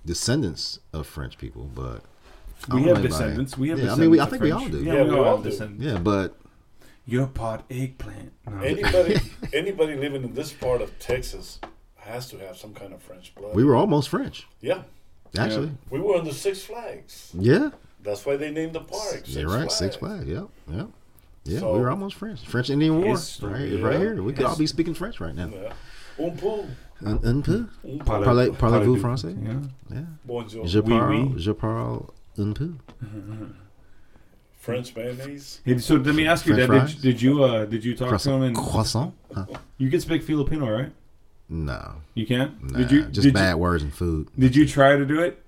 descendants of French people. But I don't
we
know
have
anybody.
descendants. We have
Yeah, I
descendants.
mean, we- I
of
think we
French.
all do.
Yeah, we, all have
do.
descendants.
Yeah, but
You're part eggplant. No.
Anybody, anybody living in this part of Texas has to have some kind of French blood.
we were almost French,
yeah,
actually.
we were under Six Flags.
Yeah,
That's why they named the park. 6
you're right. Six Flags. Yep, yep. Yeah, we were
So-
almost French. French Indian War,
History,
right,
yeah.
right here. We could all be speaking French right now.
Un peu.
Un, un peu?
Parle-
Parlez- Parlez-vous
parlez-vous-
français?
Yeah.
Yeah.
Bonjour.
Je
Oui,
parle,
oui.
je parle un peu.
French mayonnaise.
Hey, so let me ask you,
French
Dad,
fries?
did, did you uh, did you talk to him
Croissant.
and
Croissant? Huh?
you can speak Filipino, right?
No.
You can't.
Nah,
did you
just
did
bad
You,
words and food.
did you try to do it?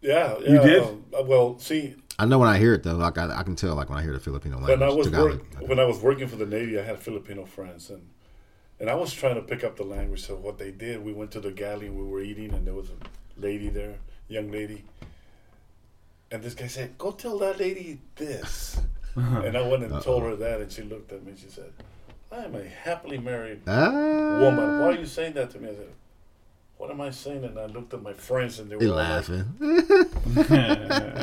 Yeah, yeah.
You did?
uh, well, see,
I know when I hear it though. Like I, I can tell. Like when I hear the Filipino language.
when I was
Tagalog.
work, when I was working for the Navy, I had Filipino friends, and and I was trying to pick up the language. So what they did, we went to the galley, we were eating, and there was a lady there, young lady, and this guy said, "Go tell that lady this," and I went and told her that, and she looked at me, and she said, "I am a happily married
Ah,
woman. Why are you saying that to me?" I said. What am I saying? And I looked at my friends, and they were
they
all like,
laughing.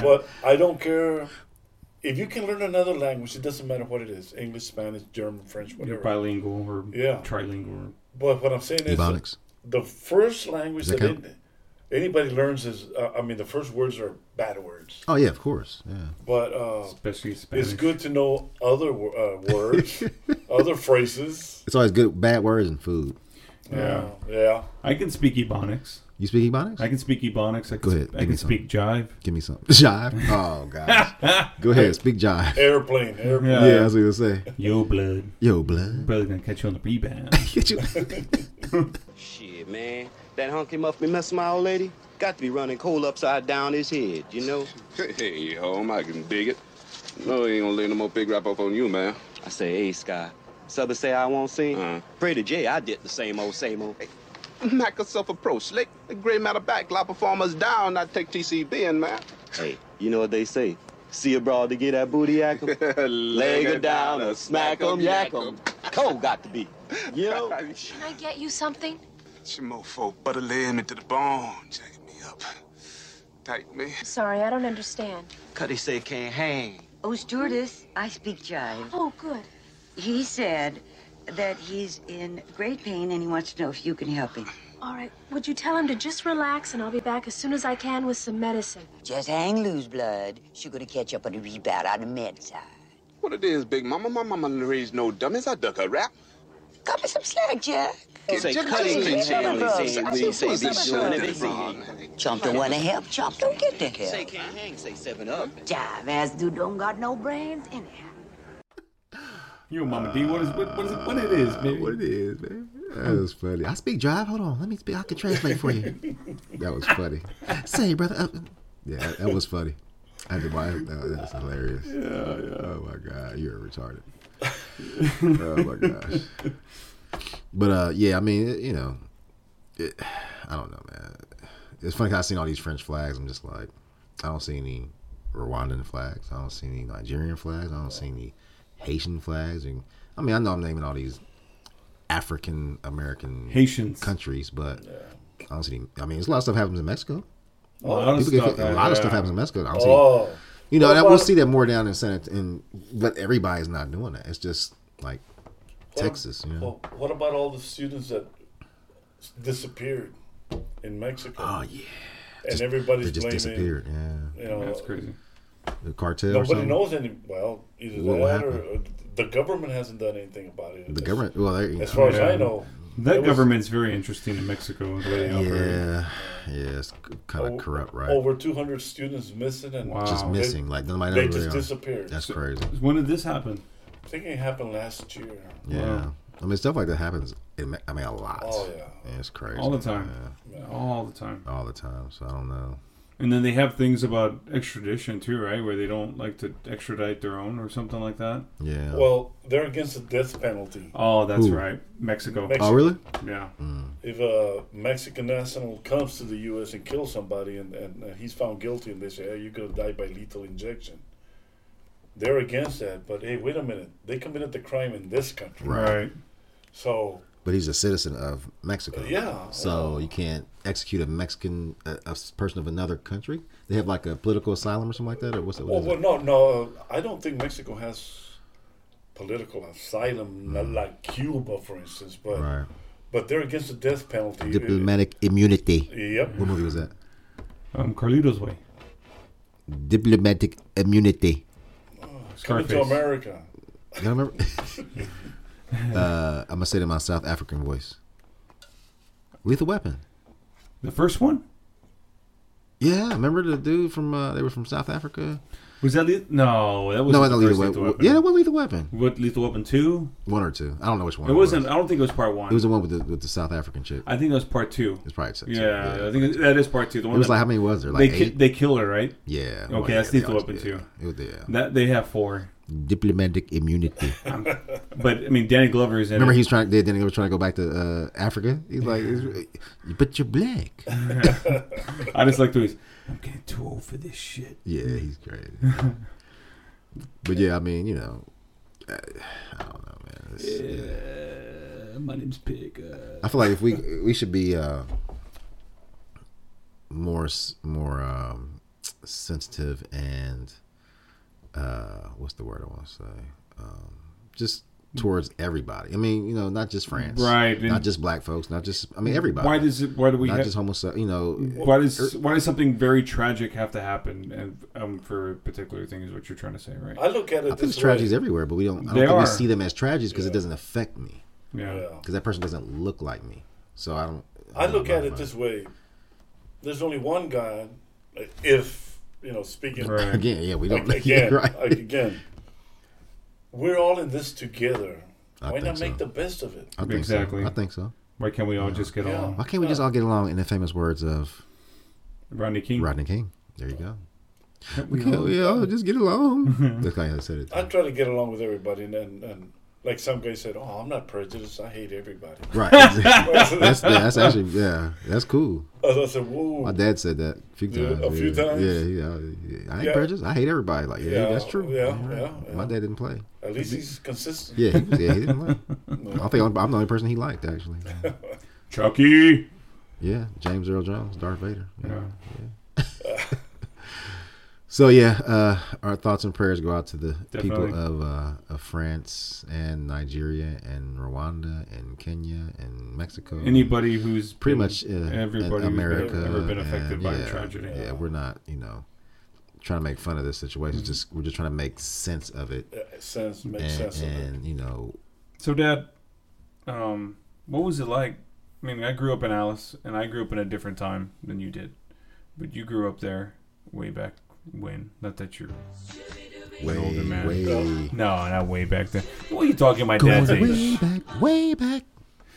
but I don't care. If you can learn another language, it doesn't matter what it is English, Spanish, German, French, whatever.
You're bilingual or
Yeah.
trilingual.
but what I'm saying is
Ebonics.
the first language
Does
that,
that count?
any- anybody learns is, uh, I mean, the first words are bad words.
Oh yeah, of course. Yeah.
But uh,
Especially Spanish.
it's good to know other wo- uh, words, other phrases.
It's always good. Bad words and food.
Yeah.
Yeah.
I can speak Ebonics.
You speak Ebonics?
I can speak Ebonics. I can,
Go ahead, give
I can
me
speak Jive.
Give me some jive. Oh gosh. Go ahead, speak jive.
Airplane, airplane.
Yeah.
Yeah, that's what you was gonna say.
Yo, blood.
Yo, blood.
Brother gonna catch you on the rebound.
Get you.
Shit, man. That hunky muffin messing my old lady got to be running coal upside down his head, you know?
Hey, home, I can dig it. No, he ain't gonna lay no more big rap up on you, man.
I say, hey, Sky. Subba say I won't sing.
Uh-huh.
Pray to Jay, I did the same old, same old.
Knock yourself a pro slick. The gray matter back, lot performers down, not take TCB in, man.
Hey, you know what they say? See abroad to get that booty ackle. Leg her down or smack 'em, yak 'em. Coal got to be. You know?
Can I get you something?
Chimofo butterlay me to the bone, jacking me up. Tight me.
Sorry, I don't understand.
Cuddy say can't hang.
Oh, stewardess, I speak jive. Oh, good. He said that he's in great pain and he wants to know if you can help him. All right. Would you tell him to just relax and I'll be back as soon as I can with some medicine? Just hang loose, blood. She's gonna catch up on the rebound on the med side.
What it is, big mama? My mama raised no dummies. I duck her rap.
Cut me some slack, Jack.
Say
Just-
Cuddy
just-
can't
just-
hang,
just-
say
just-
we
just-
say
just-
we
just-
doing
just-
it wrong.
Chomp don't wanna help. Chomp don't get the
Say
help.
can't hang, say seven up.
Jive ass dude don't got no brains anyhow.
Yo, Mama D, what is what, what is it? What it is, baby?
what it is, man. That was funny. I speak jive. Hold on, let me speak. I can translate for you. That was funny. Say, brother. uh, yeah, that, that was funny. I had to buy it. That, that's hilarious. Yeah, yeah. Oh my god, you're retarded. oh my gosh. But uh, yeah, I mean, it, you know, it, I don't know, man. It's funny 'cause I've seen all these French flags. I'm just like, I don't see any Rwandan flags. I don't see any Nigerian flags. I don't see any Haitian flags. And I mean, I know I'm naming all these African American
Haitians.
countries, but I don't see. Any, I mean, there's a lot of stuff happens in Mexico.
A lot of
People get-
stuff.
a
out
lot of
there.
stuff happens in Mexico. I don't see.
Oh,
You know, that, we'll
about-
see that more down in San Antonio, but everybody's not doing that. It's just like Texas, you know.
well, Oh, what about all the students that disappeared in Mexico?
Oh yeah,
and everybody's
they just
blaming.
disappeared. Yeah,
You know,
That's crazy.
the cartel. or
nobody
something.
knows any. Well, either
What- what
that or, or the government hasn't done anything about it.
The government. Well, they,
As far as
Yeah.
I know,
That
It was-
government's very interesting in Mexico. The way they operate.
yeah, yeah, it's kind of corrupt, right?
over 200 students missing and
Wow.
just
they-
missing, like nobody
they
knows where
just
they are.
disappeared.
That's crazy.
When did this happen?
I think it happened last year.
Yeah, I mean stuff like that happens. In, Me- I mean, a lot.
Oh, yeah.
it's crazy
All the time. All the time.
Yeah, all the time. So I don't know.
And then they have things about extradition too, right? Where they don't like to extradite their own or something like that.
Yeah.
Well, they're against the death penalty.
Oh, that's
Who? Mm.
right. Mexico.
Mex-
oh really?
yeah.
If a Mexican national comes to the U.S. and kills somebody and, and, and he's found guilty and they say, hey, you're going to die by lethal injection, they're against that. But hey, wait a minute. They committed the crime in this country.
Right.
So,
But he's a citizen of Mexico.
Yeah.
So you can't execute a Mexican, a, a person of another country. They have like a political asylum or something like that, or what's it?
well,
What is
well,
it?
no, no. I don't think Mexico has political asylum, not like Cuba, for instance. But
Mm. Right.
but they're against the death penalty.
Diplomatic Mm-hmm. immunity.
Yep.
What movie was that?
Um, Carlito's way.
Diplomatic immunity.
Coming to
Scarface.
America.
You don't remember? uh, I'm gonna say it in my South African voice. Lethal Weapon.
The first one
Yeah, remember the dude from? Uh, they were from South Africa.
was that? Le- no, that was
No,
no,
it wasn't
the
Lethal
first
Weapon.
Lethal Weapon.
Yeah, that was Lethal Weapon.
What Lethal Weapon two?
One or two. I don't know which one.
It wasn't. uh, I don't think it was part one.
It was the one with the with the South African chick.
I think that was part two.
It's probably six.
yeah, I think that is part two. The
It
one
was
that-
like how many was there?
they
Like
ki-
eight.
they kill her, right?
yeah.
Okay, that's
yeah,
Lethal Weapon
yeah.
too.
It was, yeah.
That they have four. Um,
Diplomatic immunity.
But I mean, Danny Glover is in.
Remember,
it.
he was trying. They then he was trying to go back to uh, Africa. He's like, he's- but you're black.
I just like the way he's. I'm getting too old for this shit.
Yeah, he's crazy. but yeah, I mean, you know, I, I don't know, man. It's-
Uh, my name's Pig. Uh,
I feel like if we we should be uh, more s- more um, sensitive and uh, what's the word I want to say? Um, just towards everybody. I mean, you know, not just France,
Right, and-
Not just black folks. Not just. I mean, everybody.
why does it? Why do we? Mm.
not
have,
just Er- homosexual? You know,
why does why does something very tragic have to happen and um, for a particular thing is what you're trying to say right
I look at it
I think
this
there's tragedies
way.
everywhere, but we don't. I don't
They
think
are.
we see them as tragedies because it doesn't affect me.
yeah
Yeah.
because that person doesn't look like me. So I don't.
I look
don't
at
know
it
about
this way. There's only one God. If you know, speaking
Right. Again, yeah, we don't-
Like, again,
yeah, right.
like, again. We're all in this together.
I
Why
think
not
so.
make the best of it?
I think
Exactly.
So. I think so.
Why can't we all just get
Yeah.
along?
Why can't we just all get along in the famous words of
Rodney King?
Rodney King. There you go.
we
Can't
all-
we all just get along? That's how I said it.
I try to get along with everybody, and, and, and like some guy said, "Oh, I'm not prejudiced. I hate everybody."
Right. that's that's actually yeah. That's cool.
As I said, "Whoa."
My dad said that a few
Yeah,
times.
a few
yeah.
times?
Yeah, yeah. I ain't
Yeah.
prejudiced. I hate everybody. Like yeah,
Yeah,
that's true.
yeah,
You're right.
yeah, yeah.
My dad didn't play.
At least he's consistent.
Yeah, he, was- yeah, he didn't play. I think I'm, I'm the only person he liked actually.
Chucky.
Yeah, James Earl Jones, Darth Vader. Yeah.
Yeah.
yeah. so yeah, uh, our thoughts and prayers go out to the
Definitely.
people of uh, of France and Nigeria and Rwanda and Kenya and Mexico.
Anybody who's
Mm. pretty
been-
much uh,
everybody
everybody
who's been-
America
ever been affected
and,
by a
yeah,
tragedy.
Yeah, we're not, you know, trying to make fun of this situation. Just we're just trying to make sense of it.
sense makes
and,
sense of it.
and, you know,
So, Dad, um, what was it like? I mean, I grew up in Alice, and I grew up in a different time than you did, but you grew up there way back when. Not that you're an
Way,
older man.
way-
No, not way back then. What are you talking? My
Going
dad's
way
age.
back, way back.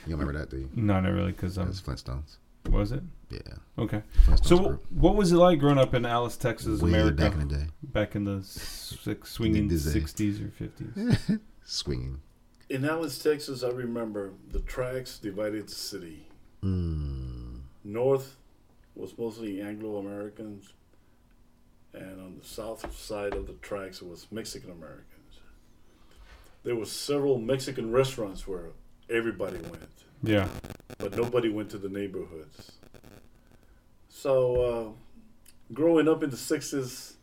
You don't remember that, do you?
No, not really, because I'm.
That's Flintstones.
Was it?
Yeah.
Okay.
Flintstones
So,
group.
wh- what was it like growing up in Alice, Texas,
Way
America?
back in the day.
Back in the six, swinging
dizzy.
60s or 50s.
Swinging.
In Alice, Texas, I remember the tracks divided the city.
Hmm.
North was mostly Anglo Americans, and on the south side of the tracks was Mexican Americans. There were several Mexican restaurants where everybody went,
yeah.
but nobody went to the neighborhoods. So, uh, growing up in the 60s,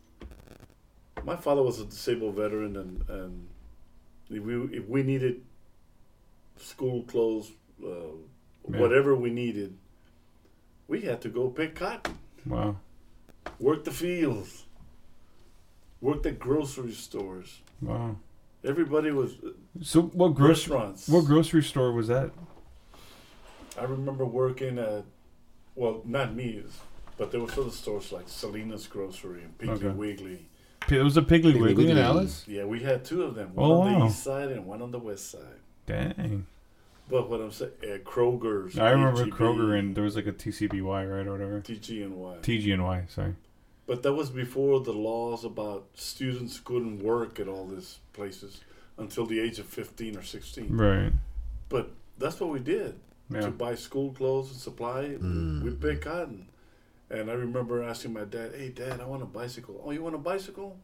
my father was a disabled veteran, and, and if, we, if we needed school clothes, uh,
Yeah.
whatever we needed, we had to go pick cotton,
Wow.
work the fields, work the grocery stores.
Wow.
Everybody was. uh,
So, what grocery
Restaurants.
what grocery store was that?
I remember working at, well, not me, but there were other stores like Salinas Grocery and Piggly
Okay.
Wiggly.
P- It was a Piggly Wiggly in
Wiggly.
Alice.
Yeah, we had two of them. One
Oh,
on the
wow.
east side and one on the west side.
Dang.
But what I'm saying, uh, Kroger's.
I remember
H-E-B,
Kroger and there was like a TCBY, right, or whatever.
TG&Y.
TG&Y, sorry.
But that was before the laws about students couldn't work at all these places until the age of 15 or 16.
Right.
But that's what we did
Yeah.
to buy school clothes and supply. We picked cotton. And I remember asking my dad, hey, dad, I want a bicycle. Oh, you want a bicycle?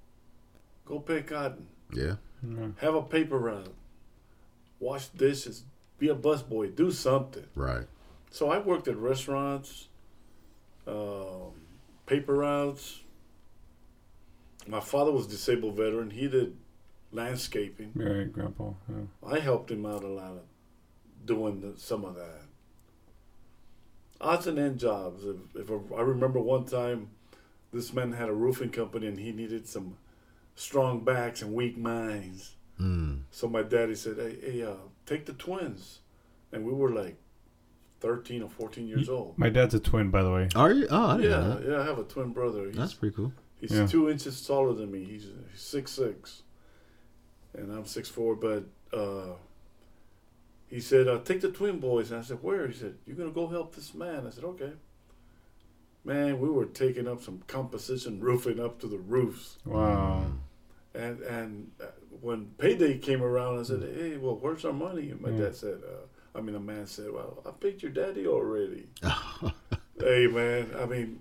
Go pick cotton.
Yeah.
Have a paper route. Wash dishes. Be a busboy. Do something.
Right.
So I worked at restaurants, um, paper routes. My father was a disabled veteran. He did landscaping.
Right, Grandpa. Yeah.
I helped him out a lot of doing the, some of that. Odds and end jobs. If, if I, I remember one time, this man had a roofing company and he needed some strong backs and weak minds.
Mm.
So my daddy said, "Hey, hey uh, take the twins," and we were like thirteen or fourteen years old.
My dad's a twin, by the way.
Are you? Oh, I didn't know
Yeah,
that.
yeah, I have a twin brother. He's,
That's pretty cool.
he's
Yeah.
two inches taller than me. He's, he's six six, and I'm six four. But uh, he said, uh, "Take the twin boys." And I said, "Where?" He said, "You're gonna go help this man." I said, "Okay." Man, we were taking up some composition roofing up to the roofs,
Wow.
and and uh, when payday came around, I said, "Hey, well, where's our money?" And my dad said, uh, "I mean, the man said, well, I picked your daddy already.'" hey man, I mean,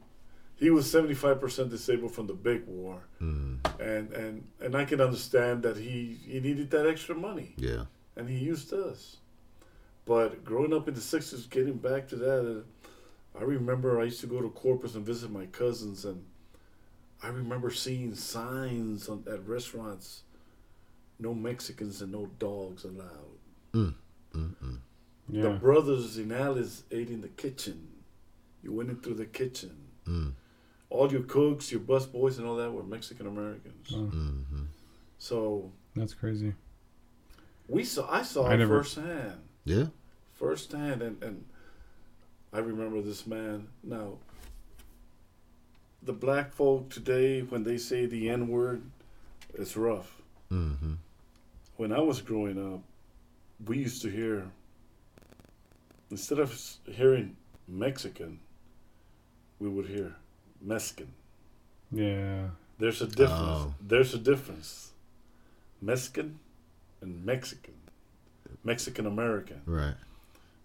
he was seventy five percent disabled from the big war, and and and I can understand that he he needed that extra money,
Yeah.
and he used us. But growing up in the sixties, getting back to that, uh, I remember I used to go to Corpus and visit my cousins, and I remember seeing signs on, at restaurants: "No Mexicans and no dogs allowed." The
Yeah.
brothers in Alice ate in the kitchen. You went into the kitchen.
Mm.
All your cooks, your busboys, and all that were Mexican Americans.
Mm-hmm.
So
That's crazy.
we saw. I saw
I
it
never-
firsthand.
Yeah.
Firsthand, and and I remember this man. Now, the black folk today, when they say the N word, it's rough.
Mm-hmm.
when I was growing up, we used to hear instead of s- hearing Mexican, we would hear Mexican.
Yeah.
There's a difference.
Oh.
There's a difference. Mexican and Mexican, Mexican American,
Right.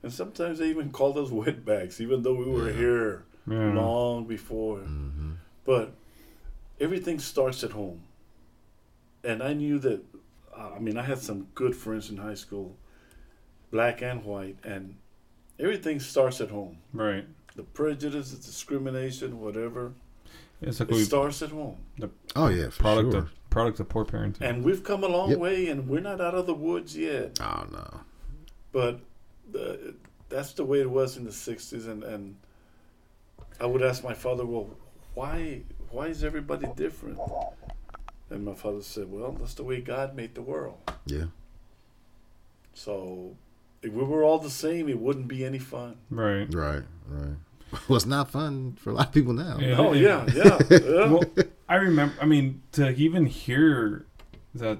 and sometimes they even called us wetbacks, even though we were here
Yeah.
long before. But everything starts at home. And I knew that, uh, I mean, I had some good friends in high school, black and white, and everything starts at home.
Right.
The prejudice, the discrimination, whatever,
It's like
it
we-
starts at home.
The
Oh, yeah, for
product
sure.
of product of poor parenting.
And we've come a long
Yep.
way, and we're not out of the woods yet.
Oh no!
But uh, that's the way it was in the '60s, and and I would ask my father, "Well, why why is everybody different?" And my father said, "Well, that's the way God made the world.
Yeah.
So if we were all the same, it wouldn't be any fun."
Right.
Right. Right. Well, it's not fun for a lot of people now.
Oh, yeah, yeah, yeah.
well, I remember. I mean, to even hear that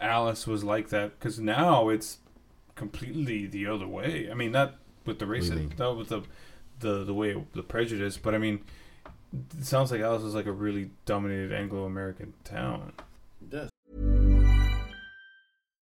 Alice was like that, because now it's completely the other way. I mean, not with the
do you
racism, not with the the the way the prejudice, but I mean, it sounds like Alice was like a really dominated Anglo-American town.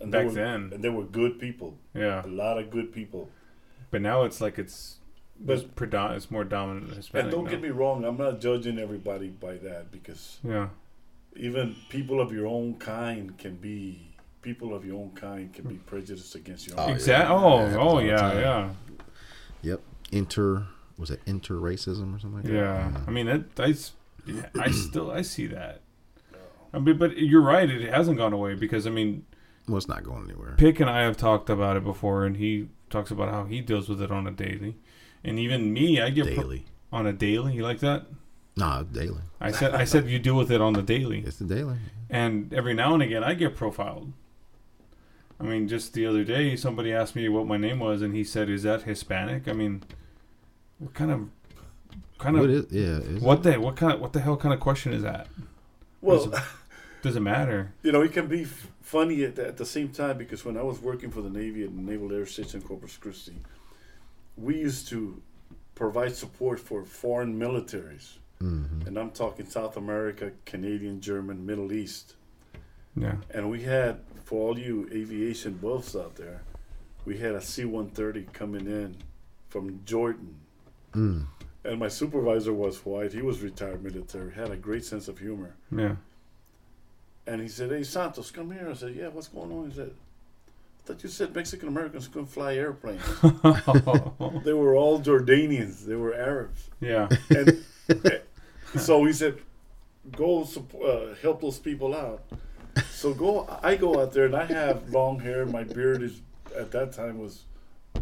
And they
Back
were-
then.
and they were good people.
Yeah.
a lot of good people.
But now it's like it's
But-
it's, predom- it's more dominant Hispanic.
and don't
now.
get me wrong, I'm not judging everybody by that because
Yeah.
even people of your own kind can be people of your own kind can be prejudiced against your own.
Exact- oh,
happens
oh,
all the
yeah,
time.
yeah.
Yep. Inter was it inter racism or something like that? Mm.
Yeah, I mean, it, I, s- I still I see that. I mean, but you're right; it hasn't gone away because I mean,
Well, it's not going anywhere.
Pick and I have talked about it before, and he talks about how he deals with it on a daily, and even me, I get pro-
Daily.
on a daily. You like that?
Nah, daily.
I said I said you deal with it on the daily,
It's the daily.
and every now and again I get profiled. I mean, just the other day, somebody asked me what my name was, and he said, "Is that Hispanic?" I mean, what kind of kind of
What is- yeah, is
what the what kind of, what the hell kind of question is that?
Well-
does it, does it matter?
You know, it can be f- funny at the, at the same time because when I was working for the Navy at Naval Air Station Corpus Christi, we used to provide support for foreign militaries, and I'm talking South America, Canadian, German, Middle East.
Yeah.
And we had, for all you aviation buffs out there, we had a C 130 coming in from Jordan.
Mm.
And my supervisor was white. He was retired military, had a great sense of humor.
Yeah.
And he said, Hey, Santos, come here. I said, Yeah, what's going on? He said, I thought you said Mexican Americans couldn't fly airplanes. they were all Jordanians, they were Arabs.
Yeah.
And so he said, Go support, uh, help those people out. So go. I go out there and I have long hair. My beard is, at that time, was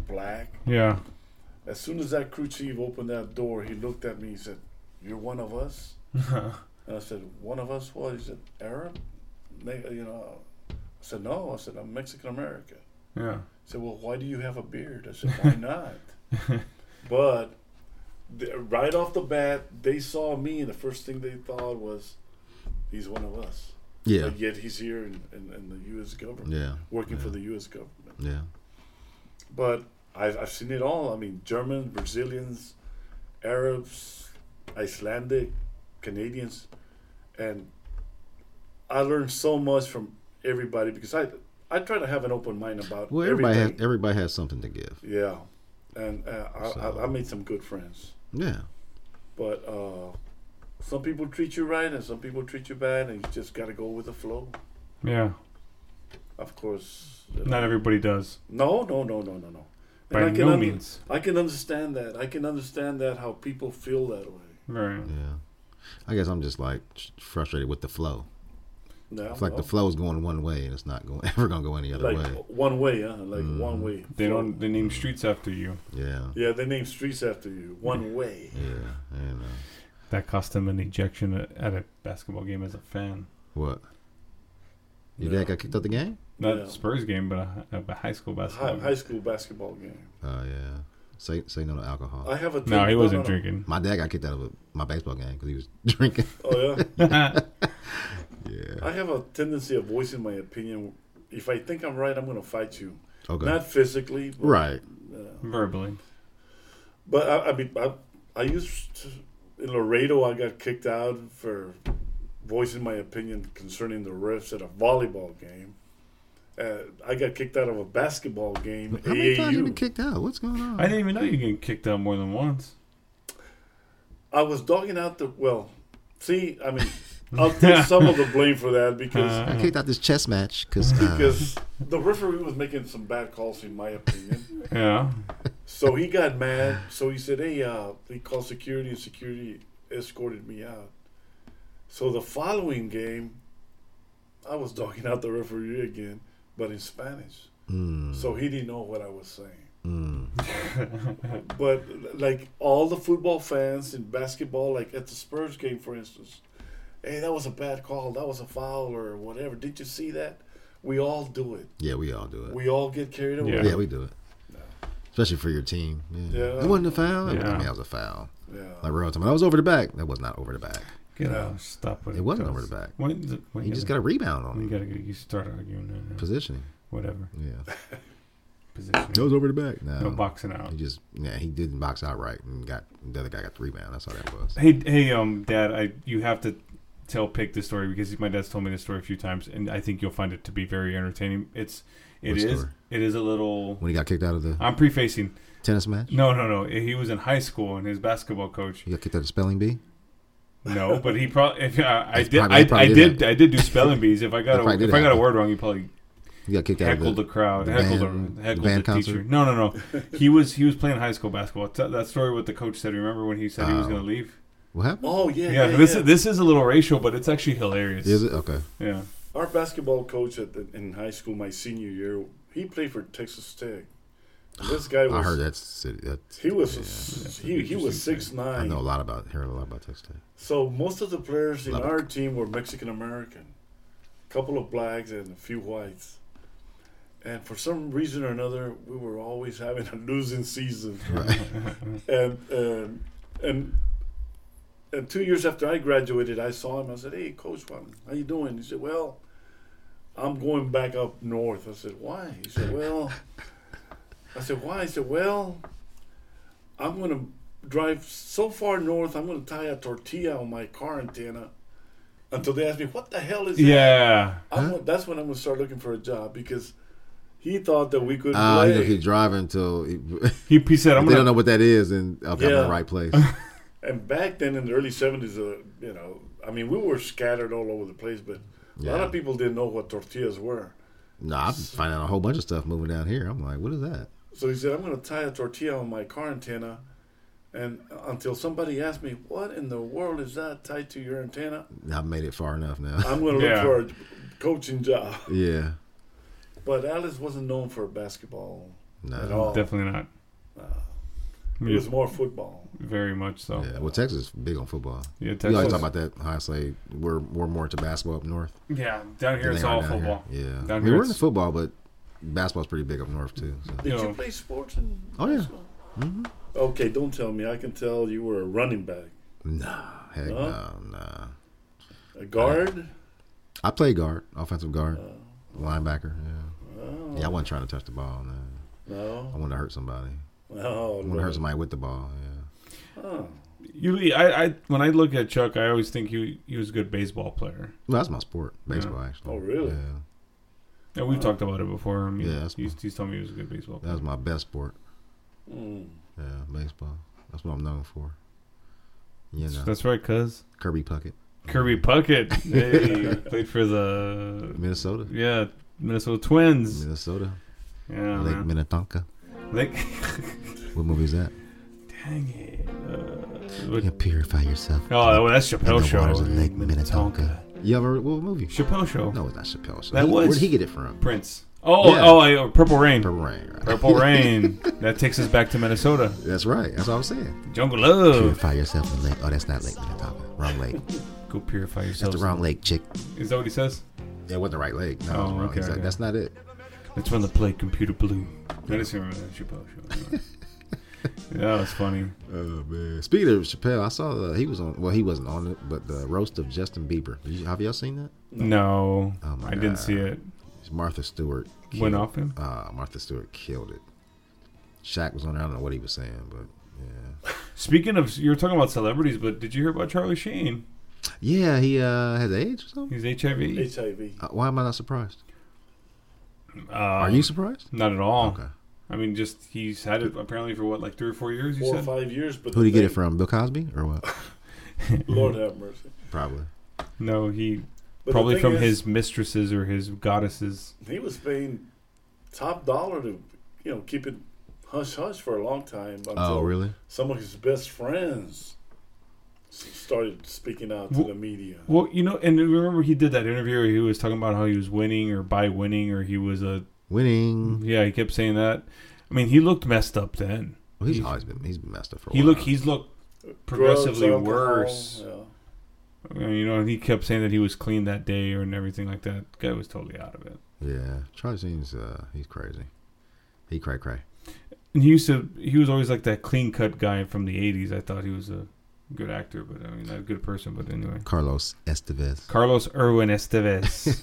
black.
Yeah.
As soon as that crew chief opened that door, he looked at me. He said, "You're one of us." and I said, "One of us? What?" He said, "Arab." They, you know, I said, "No." I said, "I'm Mexican American."
Yeah.
He said, "Well, why do you have a beard?" I said, "Why not?" but th- right off the bat, they saw me, and the first thing they thought was, "He's one of us."
Yeah.
But yet he's here in, in, in the U.S. government.
Yeah,
Working for the U.S. government.
Yeah.
But I've, I've seen it all. I mean, Germans, Brazilians, Arabs, Icelandic, Canadians, and I learned so much from everybody because I I try to have an open mind about
Well, everybody
everything.
has everybody has something to give.
Yeah, and uh, I, I, I made some good friends,
Yeah.
but uh, some people treat you right and some people treat you bad, and you just got to go with the flow.
Yeah.
Of course,
Not everybody does.
No, no, no, no, no, no. And
By
I can
no
under-
means.
I can understand that. I can understand that how people feel that way.
Right.
Yeah. I guess I'm just like frustrated with the flow.
No,
it's like
no.
the flow is going one way and it's not going ever gonna go any other
Like oh.
way. Mm.
one way, huh? Like one way.
They don't. They name streets after you.
Yeah.
Yeah, they name streets after you. One way.
Yeah. I know.
That cost him an ejection at- at a basketball game as a fan.
What? Your dad got kicked out the game?
Not
Yeah.
Spurs game, but a, a high school basketball.
High,
game.
high school basketball game.
Oh yeah. Say say no to alcohol.
I have a
No, he
drink-
wasn't
no.
drinking.
My dad got kicked out of a, my baseball game because he was drinking.
Oh
yeah.
I have a tendency of voicing my opinion. If I think I'm right, I'm going to fight you.
Okay.
Not physically. But,
Right.
Verbally.
But I, I mean, I, I used to, in Laredo, I got kicked out for voicing my opinion concerning the refs at a volleyball game. Uh, I got kicked out of a basketball game.
How many times you
AAU.
been kicked out? What's going on?
I didn't even know you get kicked out more than once.
I was dogging out the well. See, I mean, I'll take some of the blame for that because
I kicked out this chess match uh, because
because the referee was making some bad calls, in my opinion.
Yeah.
So he got mad. So he said, "Hey, uh," he called security, and security escorted me out. So the following game, I was dogging out the referee again, but in Spanish. So he didn't know what I was saying. but like all the football fans in basketball, like at the Spurs game, for instance, hey, that was a bad call, that was a foul, or whatever. Did you see that? We all do it.
yeah, we all do it.
We all get carried away.
yeah. we do it. Especially for your team. Yeah.
Yeah.
It wasn't a foul. I
Yeah.
mean, that was a foul.
Yeah.
Like real time. That was over the back. That was not over the back.
Get out. Stop with
It wasn't over the back.
When, the, when
He just got a rebound on
You
him.
gotta get. You start arguing. now.
Positioning.
Whatever.
Yeah.
Position.
That was over the back. No.
No boxing out.
He just yeah, he didn't box out right and got the other guy got the rebound. That's all that was.
Hey, hey, um, Dad, I you have to tell Pig this story because my dad's told me this story a few times, and I think you'll find it to be very entertaining. It's it
What
is
story?
it is a little.
When he got kicked out of the
I'm prefacing.
tennis match,
No, no, no. He was in high school, and his basketball coach.
he got kicked out of spelling bee.
No, but he probably. If, uh, I
That's
did.
probably-
I,
that probably
I
did
did.
happen.
I did do spelling bees. If I got
That
a,
probably did
if I got a
happen.
word wrong, he probably
He got kicked out
heckled
of
the, crowd,
the
heckled
band-
the,
the
heckled the,
band
teacher.
concert.
No, no, no. he was he was playing high school basketball. T- that story what the coach said. Remember when he said
Oh.
he was going to leave?
What happened?
Oh yeah,
Yeah,
yeah,
this
yeah.
this is a little racial, but it's actually hilarious.
Is it okay?
Yeah.
Our basketball coach at the, in high school, my senior year, he played for Texas Tech. And this guy was
I heard that's city. That's,
he was a, he, he was six
I know a
nine.
lot about heard a lot about Texas Tech.
So most of the players in
Lubbock.
our team were Mexican American, a couple of blacks and a few whites. And for some reason or another, we were always having a losing season. and um, and and two years after I graduated, I saw him. I said, "Hey, Coach, Juan, how you doing?" He said, "Well, I'm going back up north." I said, "Why?" He said, "Well," I said, "Why?" He said, "Well, I'm going to drive so far north. I'm going to tie a tortilla on my car antenna." Until they asked me, "What the hell is that?"
Yeah.
I'm gonna- that's when I'm going to start looking for a job because he thought that we could
Ah, he
play.
gonna keep driving until he,
He, he said, "I'm
they don't know
gonna."
what that is, and okay, I'm in
Yeah.
the right place.
And back then in the early 70s, uh, you know, I mean, we were scattered all over the place, but a lot
Yeah.
of people didn't know what tortillas were.
no, I'm finding out a whole bunch of stuff moving down here. I'm like, what is that?
So he said, I'm going to tie a tortilla on my car antenna. And until somebody asked me, what in the world is that tied to your antenna?
I've made it far enough now.
I'm going to
Yeah.
look for a coaching job.
yeah,
But Alice wasn't known for basketball
No,
at all.
Definitely not.
It was more football.
Very much so.
yeah. Well, Texas is big on football.
Yeah,
You always
Texas-
talk about that. How I say we're we're more to basketball up north.
Yeah, down here
than
it's
they are
all
down here.
football.
Yeah, I
down
mean,
here
we're in
it's,
football, but basketball's pretty big up north too. So.
Did
No.
you play sports? In
Oh yeah,
okay, don't tell me. I can tell you were a running back,
nah, heck no,
No?
nah. Uh-huh.
a guard.
I play guard, offensive guard, linebacker. Yeah, yeah. I wasn't trying to touch the ball. No.
No,
I wanted to hurt somebody.
no.
I wanted to
no.
hurt somebody with the ball. Yeah.
Oh.
You, I, I, when I look at Chuck, I always think he, he was a good baseball player.
Well, that's my sport, baseball.
Yeah.
Actually.
Oh, really?
Yeah.
Yeah, we've talked about it before. I mean,
Uh, Yeah, that's-
he's, he's told me he was a good baseball
That
player.
was my best sport.
Mm.
Yeah, baseball. That's what I'm known for. You
That's-
know,
That's right, cuz.
Kirby Puckett,
Kirby Puckett. Hey, played for the
Minnesota,
yeah Minnesota Twins.
Minnesota,
Yeah,
Lake
man.
Minnetonka.
Lake-
What movie is that?
Dang it. Uh, what-
You purify yourself.
oh, well, that's
in
Chappelle
the
Show.
waters of Lake Minnetonka. You ever what movie?
Chappelle Show.
No, it's not Chappelle. Show.
That
He-
was-
where'd he get it from?
Prince. Oh,
Yeah.
oh, I- oh, Purple Rain.
Purple Rain. Right?
Purple Rain. that takes us back to Minnesota.
That's right. That's what I'm saying.
Jungle Love.
Purify yourself in Lake. Oh, that's not Lake Minnetonka. Wrong lake.
Go purify yourself.
That's the wrong lake, chick.
Is that what he says?
That wasn't the right lake. No,
Oh,
it was wrong.
okay,
He's like,
okay.
that's not it.
That's when the play Computer Blue. I just remember that Chappelle Show. yeah, that was funny.
Oh man. Speaking of Chappelle, I saw the, he was on. Well, he wasn't on it, but the roast of Justin Bieber. Did you- have y'all seen that?
No,
Oh, my
I didn't
God.
see it.
Martha Stewart
Went
killed-
off him.
Uh, Martha Stewart killed it. Shaq was on there. I don't know what he was saying, but yeah,
Speaking of, you were talking about celebrities, but did you hear about Charlie Sheen?
yeah. He uh, has AIDS or something.
He's HIV.
HIV.
Uh, why am I not surprised?
Uh,
Are you surprised?
Not at all.
Okay.
I mean, just he's had it apparently for what, like three or four years. You
Four or
said.
five years. But
Who did he get it
they-
from? Bill Cosby or what?
Lord have mercy.
Probably.
No, he
the
probably
thing
from
is-
his mistresses or his goddesses.
He was paying top dollar to, you know, keep it hush hush for a long time. Until
Oh, really?
Some of his best friends s- started speaking out to
Wh-
the media.
Well, you know, and remember he did that interview where he was talking about how he was winning or by winning or he was a
Winning.
yeah. He kept saying that. I mean, he looked messed up then.
Well, he's always been he's been messed up for a
He
while.
look he's looked progressively
Drugs, alcohol,
worse.
yeah.
I mean, You know, and he kept saying that he was clean that day or and everything like that. Guy was totally out of it.
yeah. Charlie Sheen's uh, he's crazy. He cray cray.
And he used to he was always like that clean cut guy from the eighties. I thought he was a good actor, but I mean not a good person, but anyway.
Carlos Estevez.
Carlos Irwin Estevez,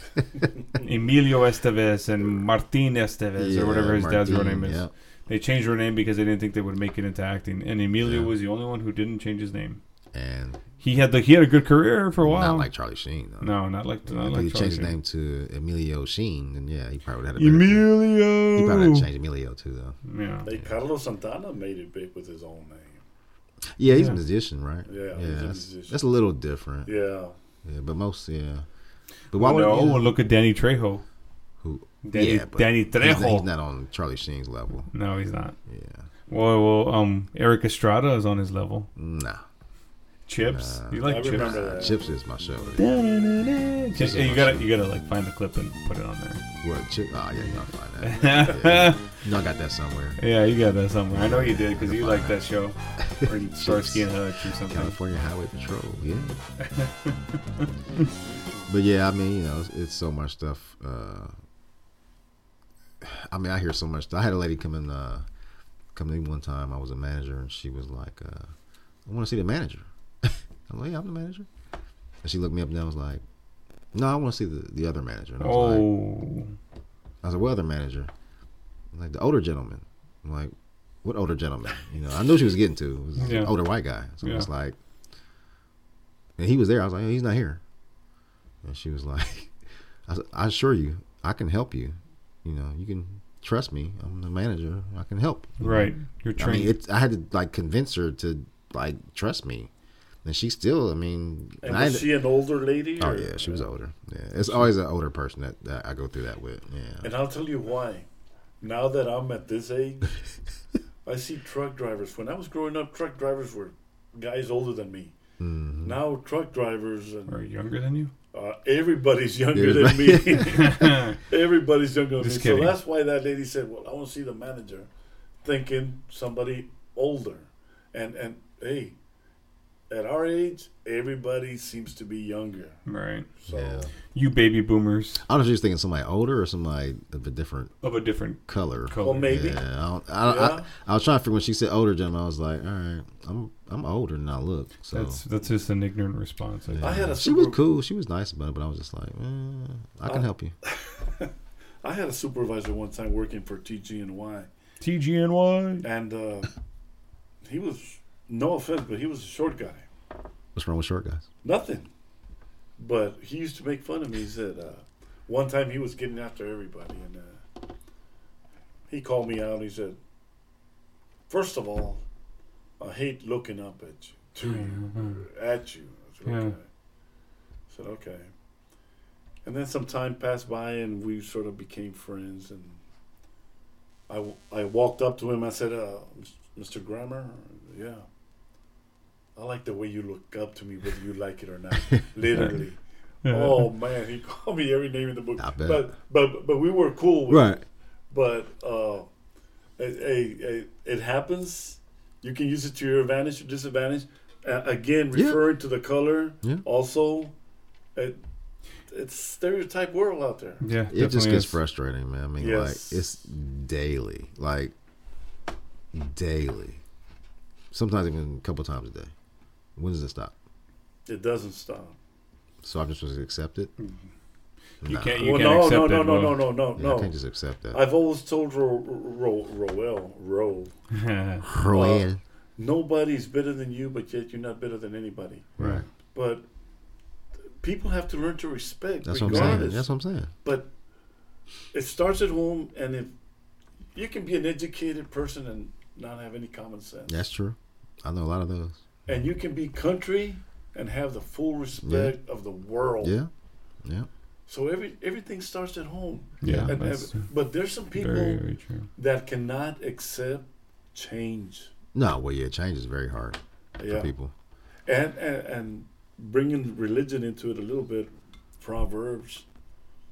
Emilio Estevez, and Martin Estevez,
Yeah,
or whatever his dad's real
Martin,
name is.
yeah.
They changed their name because they didn't think they would make it into acting. And Emilio
Yeah.
was the only one who didn't change his name.
And
He had the he had a good career for a while.
not like Charlie Sheen though.
no, not like not
if
like
he
Charlie
changed his
Sheen.
name to Emilio Sheen, then yeah, he probably would have had a better career.
Emilio.
He probably would have changed Emilio too though.
Yeah.
They Carlos Santana made it big with his own name.
Yeah, he's
Yeah.
a musician, right?
Yeah, he's a
that's,
musician.
that's a little different. Yeah.
Yeah.
but most yeah. But why
no,
would
well, look at Danny Trejo.
who?
Danny,
yeah, but
Danny
he's not- He's,
Trejo.
not on Charlie Sheen's level.
No, he's not.
Yeah,
Well, well, um, Eric Estrada is on his level.
nah.
Chips, you like
I
Chips?
remember that.
Chips is my show.
Just- you gotta, you gotta like find the clip and put it on there.
What chip? Oh yeah, you gonna find that? Yeah. You know I got that somewhere.
Yeah, you got that somewhere. I know you did because you like that show, or Starsky and Hutch or something.
California Highway Patrol. Yeah. but yeah, I mean, you know, it's, it's so much stuff. Uh, I mean, I hear so much. I had a lady come in, uh, come to me one time. I was a manager, and she was like, uh, "I want to see the manager." I'm like, "Yeah, I'm the manager." And she looked me up and I was like, "No, I want to see the, the other manager." And I was like,
Oh,
I was like, "What other manager?" Like the older gentleman. I'm like, "What older gentleman?" You know, I knew she was getting to. It was
Yeah.
an older white guy. So
Yeah.
it's like, and he was there. I was like, "Oh, "He's not here." And she was like, I, said, "I assure you, I can help you. You know, you can trust me. I'm the manager. I can help."
right. You're
I mean,
trained.
it's I had to like convince her to like trust me, and she still. I mean,
And
I
was she an older lady?
oh
or-
yeah, she was older. Yeah, it's always an older person that, that I go through that with. Yeah.
And I'll tell you why. Now that I'm at this age, I see truck drivers. When I was growing up, truck drivers were guys older than me.
Mm-hmm.
Now truck drivers and
Or younger than you?
uh, everybody's younger than me. everybody's younger than
Just
me.
kidding.
So that's why that lady said, "Well, I want to see the manager," thinking somebody older. And and hey, at our age, everybody seems to be younger.
Right.
So
You baby boomers
I don't know if she was thinking somebody older or somebody of a different
of a different
color.
color.
well, maybe.
Yeah, I, don't, I, don't-
Yeah.
I, I was trying to figure when she said older gentleman, I was like, all right, I'm I'm older than I look. So
That's that's just an ignorant response. I
I
think.
had a
she was
super-
cool, she was nice about it, but I was just like, eh, I can help you.
I had a supervisor one time working for TG and Y.
TGNY.
and uh, he was no offense, but he was a short guy.
What's wrong with short guys?
Nothing. But he used to make fun of me. He said uh, one time he was getting after everybody, and uh, he called me out. He said, first of all, I hate looking up at you, to you, at you." I said,
Yeah.
okay. I said, "Okay." And then some time passed by, and we sort of became friends. And I, w- I walked up to him. I said, uh, "Mr. Grammer, yeah." I like the way you look up to me, whether you like it or not. Literally.
Yeah.
Oh man, he called me every name in the book.
bet.
But but but we were cool. With
Right.
It. But uh, it, it, it- it happens. You can use it to your advantage or disadvantage. Uh, again,
Yeah.
referring to the color.
Yeah.
Also, it, it's stereotype world out there.
Yeah,
it just
definitely
gets
is.
frustrating, man. I mean,
Yes.
like it's daily, like daily. Sometimes even a couple times a day. When does it stop?
It doesn't stop.
So I'm just supposed to accept it.
You
Nah.
can't. You
well,
can't
no,
accept
no,
it,
no, no,
Will.
no, no, no,
Yeah,
no. uh,
I can't just accept that.
I've always told Ro- Ro- Roel, Ro,
Cruel.
nobody's better than you, but yet you're not better than anybody.
right.
But people have to learn to respect.
That's what I'm
regardless.
saying. That's what I'm saying.
But it starts at home, and if you can be an educated person and not have any common sense,
That's true. I know a lot of those.
and you can be country and have the full respect of the world.
Yeah. Yeah.
So every everything starts at home.
Yeah,
And-
that's
and- but there's some people
very, very true.
that cannot accept change.
No, well, yeah, change is very hard
Yeah.
for people.
and, and and bringing religion into it a little bit. Proverbs: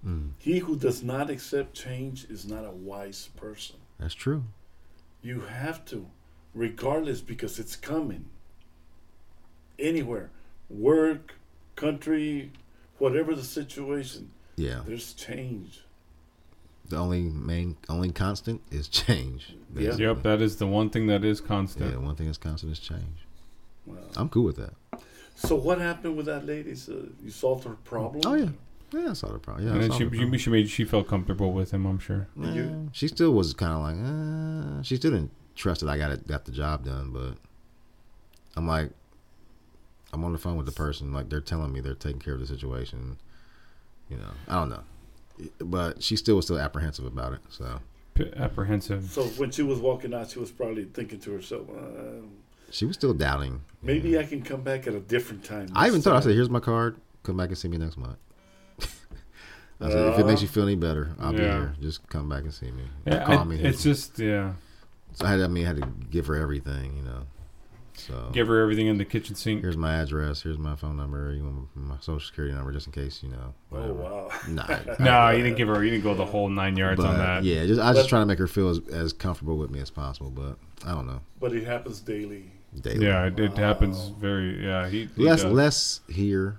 Hmm.
He who does not accept change is not a wise person.
That's true.
You have to, regardless, because it's coming. Anywhere, work, country, whatever the situation,
Yeah.
there's change.
The only main, only constant is change.
Yeah.
Yep, that is the one thing that is
Yeah.
constant.
One thing that's constant is change. I'm cool with that.
So what happened with that lady? So you solved her problem.
Oh yeah, yeah, I saw the problem. Yeah, I
and then
saw
she,
the problem.
she, she made she felt comfortable with him. I'm sure.
Yeah, she still was kind of like, uh, she still didn't trust that I got it, got the job done. But I'm like, I'm on the phone with the person. Like they're telling me they're taking care of the situation. You know, I don't know, but she still was still apprehensive about it. So
P- apprehensive.
So when she was walking out, she was probably thinking to herself, uh,
she was still doubting.
"Maybe I can come back at a different time."
I even
this
thought I
time."
said, "Here's my card. Come back and see me next month." I said, "If it makes you feel any better, I'll be
Yeah.
here. Just come back and see me.
Yeah,
Call
I-
me."
it's just yeah.
So I had, I mean, I had to give her everything, you know. So
Give her everything in the kitchen sink.
here's my address, here's my phone number, you want my social security number, just in case, you know.
Oh
Whatever.
wow!
Nah,
No, you didn't give her. You didn't go the whole nine yards on that.
but, yeah, just I was just trying to make her feel as, as comfortable with me as possible, but I don't know.
But it happens daily.
Daily.
Yeah, it, it happens very. Yeah, he, he
less
does.
less here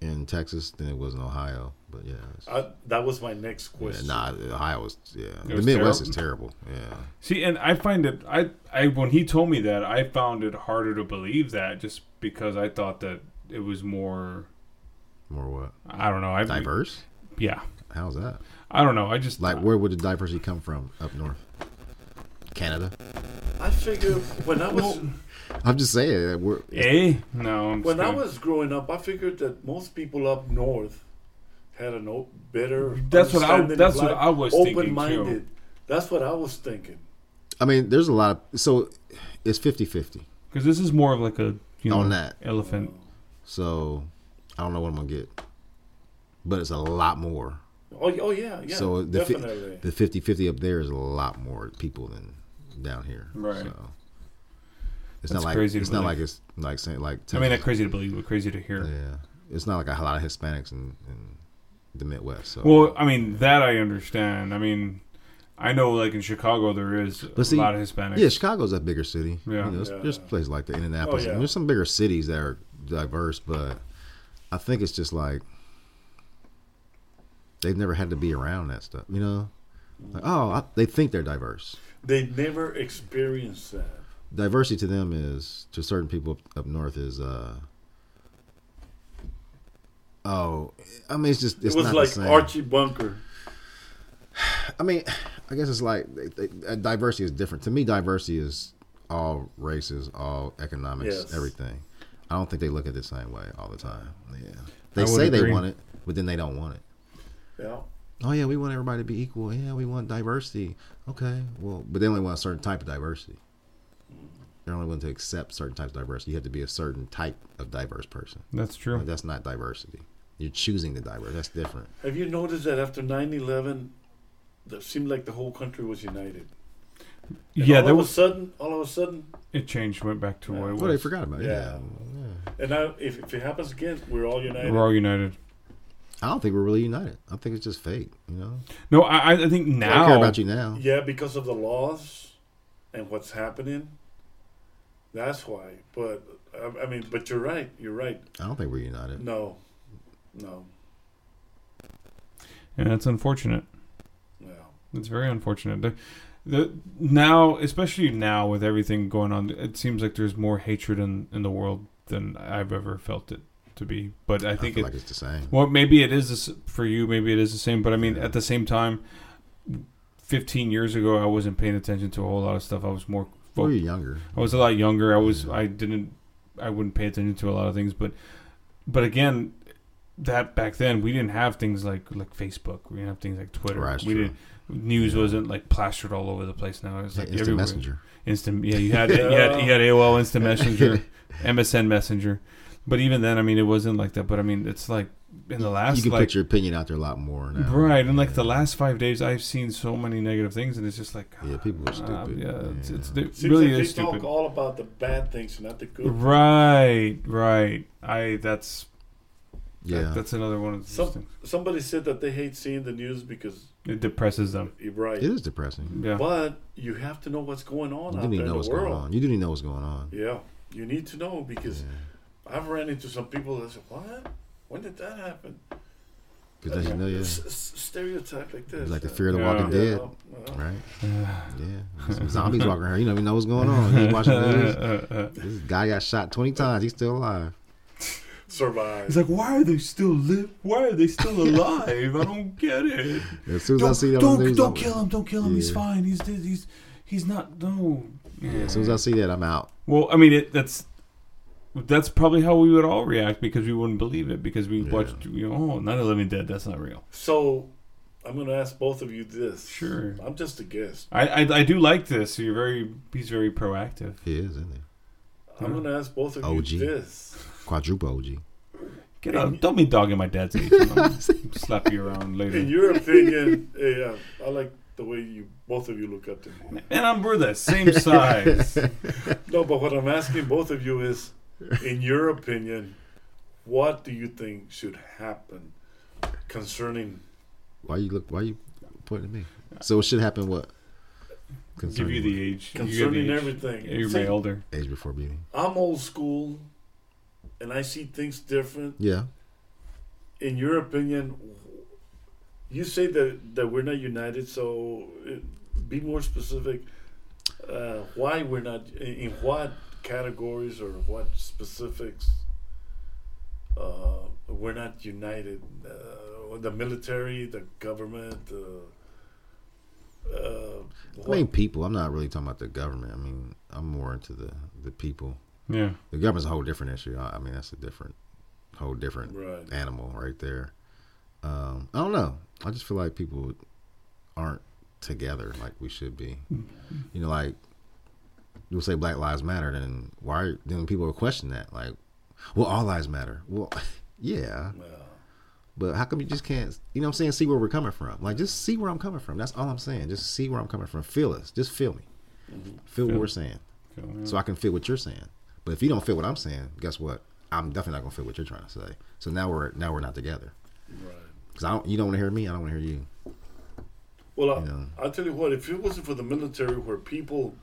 in Texas than it was in Ohio, but yeah. it's-
I, that was my next
yeah,
question.
nah, Ohio was yeah. the
was
Midwest is terrible. Yeah,
See, and I find it. I, I when he told me that, I found it harder to believe that just because I thought that it was more.
more what
I don't know. I
diverse?
Yeah,
How's that?
I don't know. I just
Like, where would the diversity come from up north? Canada.
I figured when I was
I'm just saying. that We're,
eh? No, I'm just
when I
kidding.
was growing up, I figured that most people up north had a no better.
That's what I-
understanding of
that's what
life,
I was thinking, too.
Open-minded. That's what I was thinking.
I mean, there's a lot of so it's 50-50.
Because this is more of like a you know
On that.
elephant.
So I don't know what I'm gonna get, but it's a lot more.
Oh, y- oh yeah, yeah.
so the fi-
definitely.
the 50-50 up there is a lot more people than down here.
Right.
So it's
That's
not like
crazy to
it's not
believe.
like it's like saying like
I
Texas.
mean, not crazy to believe, but crazy to hear.
yeah, it's not like a lot of Hispanics in, in the Midwest. So
Well, I mean that I understand. I mean, I know like in Chicago there is
But see-
a lot of Hispanics.
Yeah, Chicago's a bigger city.
Yeah.
You know, it's- There's places like the Indianapolis.
Oh, yeah.
and there's some bigger cities that are diverse, but I think it's just like they've never had to be around that stuff. You know, like oh, I, they think they're diverse.
they never experienced that.
Diversity to them is to certain people up, up north is uh oh, I mean it's just it's
it was
not
like
the same.
Archie Bunker.
I mean, I guess it's like they, they, uh, diversity is different. To me, diversity is all races, all economics,
Yes.
everything. I don't think they look at it the same way all the time. Yeah,
I
they
would
say they
agree.
want it, but then they don't want it.
Yeah.
Oh yeah, we want everybody to be equal. Yeah, we want diversity. Okay, well, but they only want a certain type of diversity. They're only willing to accept certain types of diversity. You have to be a certain type of diverse person.
That's true.
Like, that's not diversity. You're choosing the diverse. That's different.
Have you noticed that after 9-11, it seemed like the whole country was united? And
yeah,
all
there
of a
was.
sudden, all of a sudden,
It changed, went back to what it was.
Well, they forgot about it.
Yeah.
Yeah.
and now if, if it happens again, we're all united.
We're all united.
I don't think we're really united. I think it's just fake. You know.
No, I, I think
I
now.
don't care about you now.
Yeah, because of the laws and what's happening. That's why. But I, I mean, but you're right. You're right.
I don't think we're united.
No, no.
And that's unfortunate.
Yeah.
It's very unfortunate. The, the now, especially now with everything going on, it seems like there's more hatred in in the world than I've ever felt it to be. But I
I
think
feel
it-
like it's the same.
Well, maybe it is the s- for you. Maybe it is the same. But I mean, at the same time, 15 years ago, I wasn't paying attention to a whole lot of stuff. I was more.
Well, you're younger.
I was a lot younger. I was. I didn't. I wouldn't pay attention to a lot of things. But, but again, that back then we didn't have things like like Facebook. We didn't have things like Twitter.
Right, that's
we
true.
didn't. News wasn't like plastered all over the place. Now it's
Yeah,
like
instant
everywhere.
messenger.
Instant. Yeah, you had you had you had AOL Instant Messenger, MSN Messenger. But even then, I mean, it wasn't like that. But I mean, it's like in the last
you can
like
put your opinion out there a lot more now.
Right, and like the last five days, I've seen so many negative things, and it's just like
Yeah, people are
uh,
stupid.
yeah, it's, it's it
Seems
really
like they
is stupid.
talk all about the bad things and not the good.
Right, right. I that's yeah.
Yeah.
that's another one of those
Some,
things.
somebody said that they hate seeing the news because
It depresses them.
you're right.
It is depressing.
Yeah,
But you have to know what's going on
You do
out
need to
there in
know
the
what's
world.
going on. You do need to know what's going on.
Yeah, you need to know because I've ran into some people that said, "What? When did that happen?"
Because you know, yeah.
S- s- stereotype like this,
It's like the fear of the
Yeah.
walking dead.
Yeah. uh,
Right? Yeah. Some Zombies walking around. You don't even know what's going on. You watching the news. This guy got shot 20 times. He's still alive.
survive.
it's like why are they still live? Why are they still alive? I don't get it.
As soon as I
Don't
see that on
don't,
the news,
don't
I'm-
kill him! Don't kill him! He's
Yeah.
fine. He's dead. He's he's not. No.
Yeah, as soon as I see that, I'm out.
Well, I mean, it, that's that's probably how we would all react because we wouldn't believe it because we watched, you know, oh, not a living dead. That's not real.
So, I'm going to ask both of you this.
Sure.
I'm just a guest.
I, I, I do like this. You're very he's very proactive.
He is, isn't he?
I'm going to ask both of
OG.
you this.
Quadruple OG.
Get out! Don't be dogging my dad's age. I'm gonna slap you around
In
later.
your opinion, eh, yeah, I like the way you both of you look up to me.
And I'm we're the same size.
No, but what I'm asking both of you is, in your opinion, what do you think should happen concerning?
Why you look? Why you pointing at me? So it should happen what?
Give you
Concerning
the age. You give the
Concerning
age.
everything.
Yeah, you're way
See-
older.
age before beauty.
I'm old school, and I see things different.
Yeah.
in your opinion, you say that, that we're not united, so uh, be more specific. Uh, why we're not in, in what categories or what specifics uh, we're not united? Uh, the military, the government. Uh, uh,
I mean, people. I'm not really talking about the government. I mean, I'm more into the the people.
Yeah.
The government's a whole different issue. I, I mean, that's a different, whole different
Right.
animal right there. Um, I don't know. I just feel like people aren't together like we should be. You know, like you'll say Black Lives Matter, then why? are- Then people will question that. Like, well, all lives matter. Well, yeah. But how come you just can't, you know what I'm saying? See where we're coming from. Like, just see where I'm coming from. That's all I'm saying. Just see where I'm coming from. Feel us. Just feel me. Feel what we're saying.
Mm-hmm.
So I can feel what you're saying. But if you don't feel what I'm saying, guess what? I'm definitely not gonna feel what you're trying to say. So now we're now we're not together. Cause I don't, you don't want to hear me. I don't want to hear you.
Well, I,
Yeah.
I'll tell you what, if it wasn't for the military, where people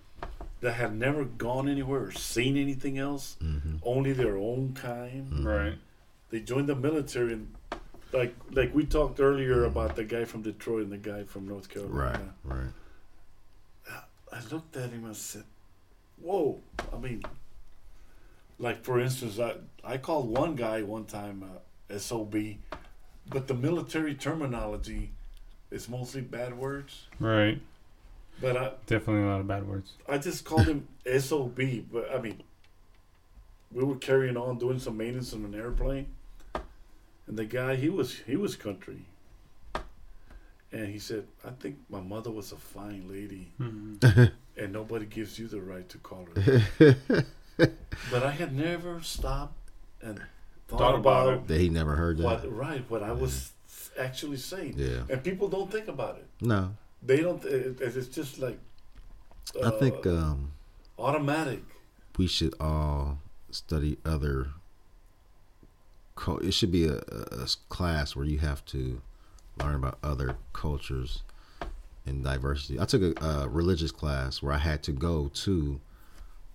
that had never gone anywhere or seen anything else,
Mm-hmm.
only their own kind,
Mm.
Right.
they joined the military and like like we talked earlier about the guy from Detroit and the guy from North
Mm. Right.
Carolina.
Right.
I looked at him and said, "Whoa!" I mean, like for instance, I I called one guy one time uh, SOB, but the military terminology is mostly bad words.
Right.
But I,
Definitely a lot of bad words.
I just called him SOB, but I mean, we were carrying on doing some maintenance on an airplane, and the guy he was he was country, and he said, "I think my mother was a fine lady,
Mhm.
and nobody gives you the right to call her." that." but I had never stopped and thought,
Thought
about,
about it. That he never heard that.
What, right, what I was actually saying.
Yeah.
and people don't think about it.
No.
They don't. It, it's just like
I think um,
automatic.
we should all study other. Cul- it should be a, a a s- class where you have to learn about other cultures and diversity. I took a, a religious class where I had to go to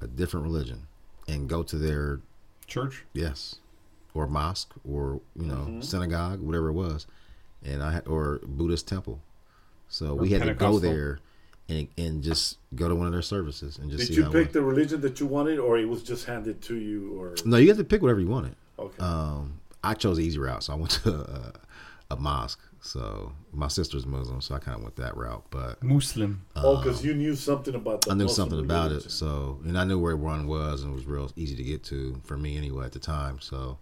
a different religion and go to their
church,
yes, or mosque, or you know
Mm-hmm.
Mhm.
synagogue, whatever it was, and I had, or Buddhist temple. So we
Or
had to go
Pentecostal.
there and and just go to one of their services and just
Did
see
you
how it
pick the religion that you wanted, or it was just handed to you, or
No, you have to pick whatever you wanted.
Okay.
Um, I chose the easy route, so I went to a, a mosque. So my sister's Muslim, so I kind of went that route. But
Muslim.
oh, because you knew something about the
I knew
Muslim
something about
religion.
it, so and I knew where one was, and it was real easy to get to for me anyway at the time. So,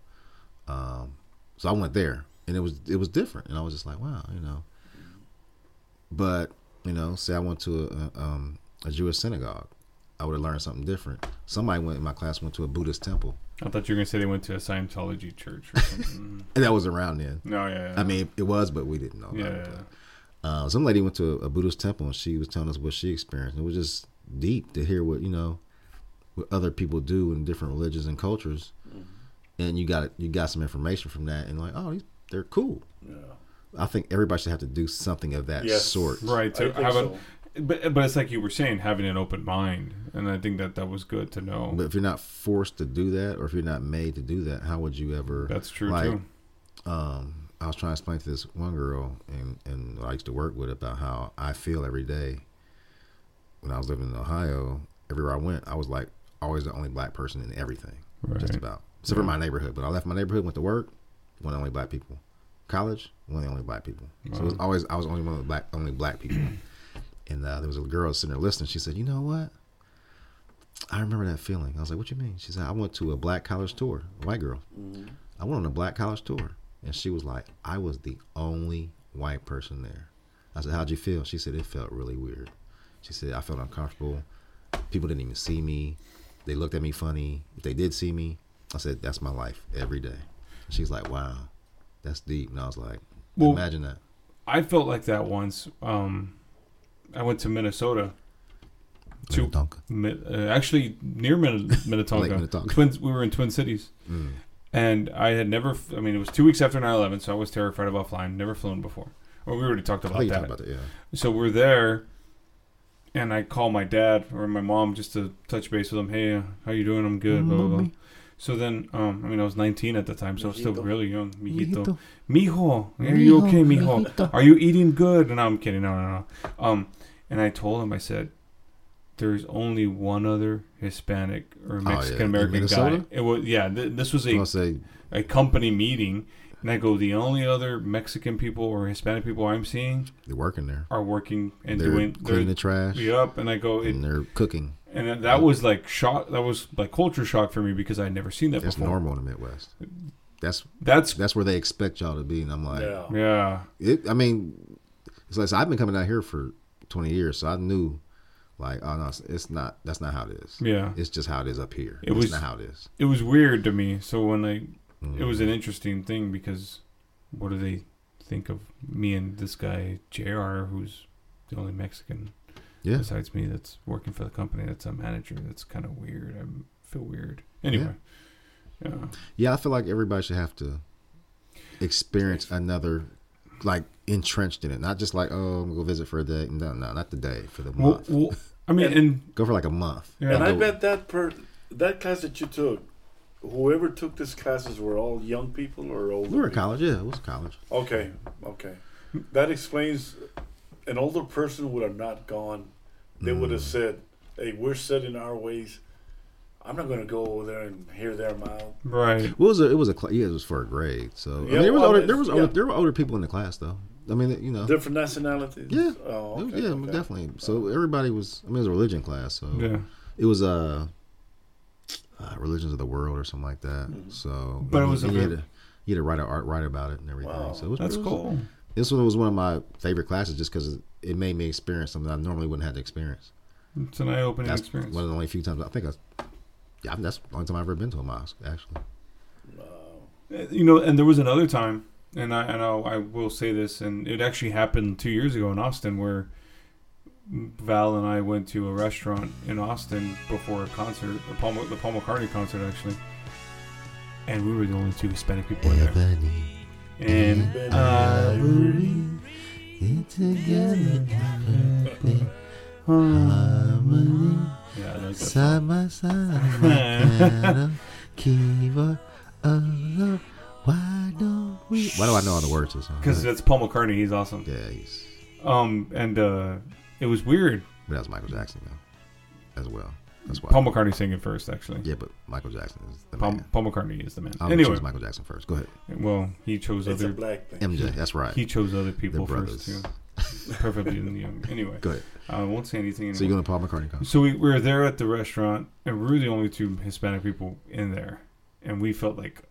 um, so I went there, and it was it was different, and I was just like, wow, you know. But you know, say I went to a, a, um, a Jewish synagogue, I would have learned something different. Somebody went in my class went to a Buddhist temple.
I thought you were gonna say they went to a Scientology church or something.
And that was around then.
No, yeah, yeah.
I mean, it was, but we didn't know. About
Yeah,
It, but, uh, some lady went to a, Buddhist temple and she was telling us what she experienced. It was just deep to hear what you know, what other people do in different religions and cultures, and you got you got some information from that, and like, oh, these- they're cool.
Yeah.
I think everybody should have to do something of that sort.
Right. So how about? But but it's like you were saying, having an open mind, and I think that that was good to know.
But if you're not forced to do that, or if you're not made to do that, how would you ever?
That's true,
too. Um, I was trying to explain to this one girl, and and I used to work with about how I feel every day. When I was living in Ohio, everywhere I went, I was like always the only black person in everything, just
Right.
about. Except for
Yeah.
my neighborhood, but I left my neighborhood, went to work, one of the only black people. College, one of the only black people. So it was
Wow.
always I was only one of the black only black people. and uh, there was a girl sitting there listening. She said, "You know what? I remember that feeling. I was like, what you mean? She said, I went to a black college tour, a white girl. I went on a black college tour. And she was like, I was the only white person there. I said, how'd you feel? She said, it felt really weird. She said, I felt uncomfortable. People didn't even see me. They looked at me funny. If they did see me, I said, that's my life every day. She's like, wow, that's deep. And I was like,
Well-
imagine that.
I felt like that once. Um, I went to Minnesota. To Mi- uh, actually near Min- Minnetonka.
Lake Minnetonka.
Twins. We were in Twin Cities,
Mm.
and I had never. f- I mean, it was two weeks after 9-11, so I was terrified of offline. Never flown before. Well, we already talked
I
about
think Oh, you
that.
talked about that, yeah.
So we're there, and I call my dad or my mom just to touch base with them. Hey, uh, how you doing? I'm good. Blah blah blah.
Mommy.
So then, um, I mean, I was 19 at the time, so I was still
Mijito.
really young. Mijito.
Mijito.
Mijo, are you
Mijo,
okay, mijo?
mijito.
Are you eating good? And I'm kidding. No, no, no. Um, and I told him, I said, there's only one other Hispanic or
Oh, yeah.
Mexican
In
American guy.
Minnesota?
It was yeah. Th- this was
I
a
was gonna say-
a company meeting, and I go, the only other Mexican people or Hispanic people I'm seeing
They're working there.
are working and
They're
doing
cleaning the trash.
Yep, and I go, it,
And they're cooking.
and that- that was like shock. That was like culture shock for me because I'd never seen that
That's
before.
normal in the Midwest. That's
that's
that's where they expect y'all to be, and I'm like,
Yeah. Yeah.
It, I mean, it's like so I've been coming out here for 20 years, so I knew, like, oh no, it's- it's not. That's not how it is.
Yeah.
it's just how it is up here.
It
It's
was
not how it is.
It was weird to me. So when I, it was an
Mm.
interesting thing because, what do they think of me and this guy Jr. Who's the only Mexican,
Yeah.
besides me that's working for the company that's a manager. That's kind of weird. I feel weird. Anyway, yeah.
Yeah, I feel like everybody should have to experience another, like, entrenched in it. Not just like, oh, I'm gonna go visit for a day. No, no, not the day for the
Well-
month.
well, I mean, and-
go for like a month.
And I
Go-
bet that per that class that you took, whoever took this classes were all young people or older.
we were in
people?
college. Yeah, it was college.
Okay, okay, that explains. An older person would have not gone. They would
Mm.
have said, "Hey, we're set in our ways. I'm not going to go over there and hear their mouth."
Right.
Well, it was a, it was a cla- yeah, it was for a grade. So I
Yeah,
mean, there was
well,
older, there
it's-
was older,
yeah.
there were older people in the class though. I mean, you know,
Different nationalities.
Yeah.
Oh,
It-
okay,
yeah,
okay. Oh.
definitely. So everybody was. I mean, it was a religion class. So
Yeah.
it was uh, uh, religions of the world or something like that.
Mm-hmm.
So,
But it
and
was
you,
a
and you had
bit-
to you had to write an art write about it and everything. So it was
That's
it was-
cool.
This one was one of my favorite classes just because it made me experience something I normally wouldn't have to experience.
It's an eye-opening
That's
experience.
One of the only few times I think I, yeah, that's the only time I've ever been to a mosque actually.
Uh, you know, and there was another time, and I and I, I will say this, and it actually happened two years ago in Austin, where Val and I went to a restaurant in Austin before a concert, a Paul, the Paul McCartney concert actually, and we were the only two Hispanic people in there. And uh, yeah, I like that.
Side by side, madam, keep her alone. Why don't we? Why do I know all the words to this song?
Because that's Paul McCartney. He's awesome.
Yeah, he's-
Um, and uh, it was weird.
But that was Michael Jackson though, as well. That's why.
Paul McCartney sang it first, actually.
Yeah, but Michael Jackson is the
Paul,
man.
Paul McCartney is the man.
I would
anyway,
choose Michael Jackson first. Go ahead.
well, he chose
It's a
other
black thing.
MJ, that's right.
He chose other people
They're
first too.
brothers.
Perfectly young. Anyway, Uh,
Go ahead.
I won't say anything. Anymore.
So you going to Paul McCartney concert?
So we, we were there at the restaurant, and we were the only two Hispanic people in there, and we felt like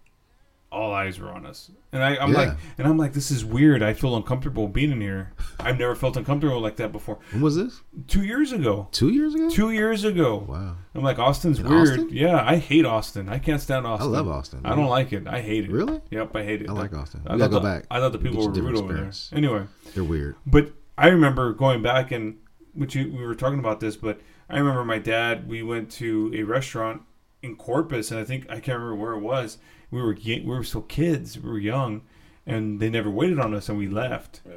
all eyes were on us. And I, I'm
Yeah.
like, and I'm like, this is weird. I feel uncomfortable being in here. I've never felt uncomfortable like that before.
When was this?
Two years ago.
Two years ago?
Two years ago.
Wow.
I'm like, Austin's
In
weird.
Austin?
Yeah, I hate Austin. I can't stand Austin.
love Austin,
I
man.
don't like it. I hate it.
Really?
Yep, I hate it.
I like Austin.
I
We
thought
gotta go
the-
back.
I thought the people
Get you
were
a different
rude over there.
experience.
Anyway,
They're weird.
but I remember going back and which you, we were talking about this, but I remember my dad. We went to a restaurant in Corpus, and I think I can't remember where it was. We were ye- we were still kids. We were young, and they never waited on us, and we left.
Yeah.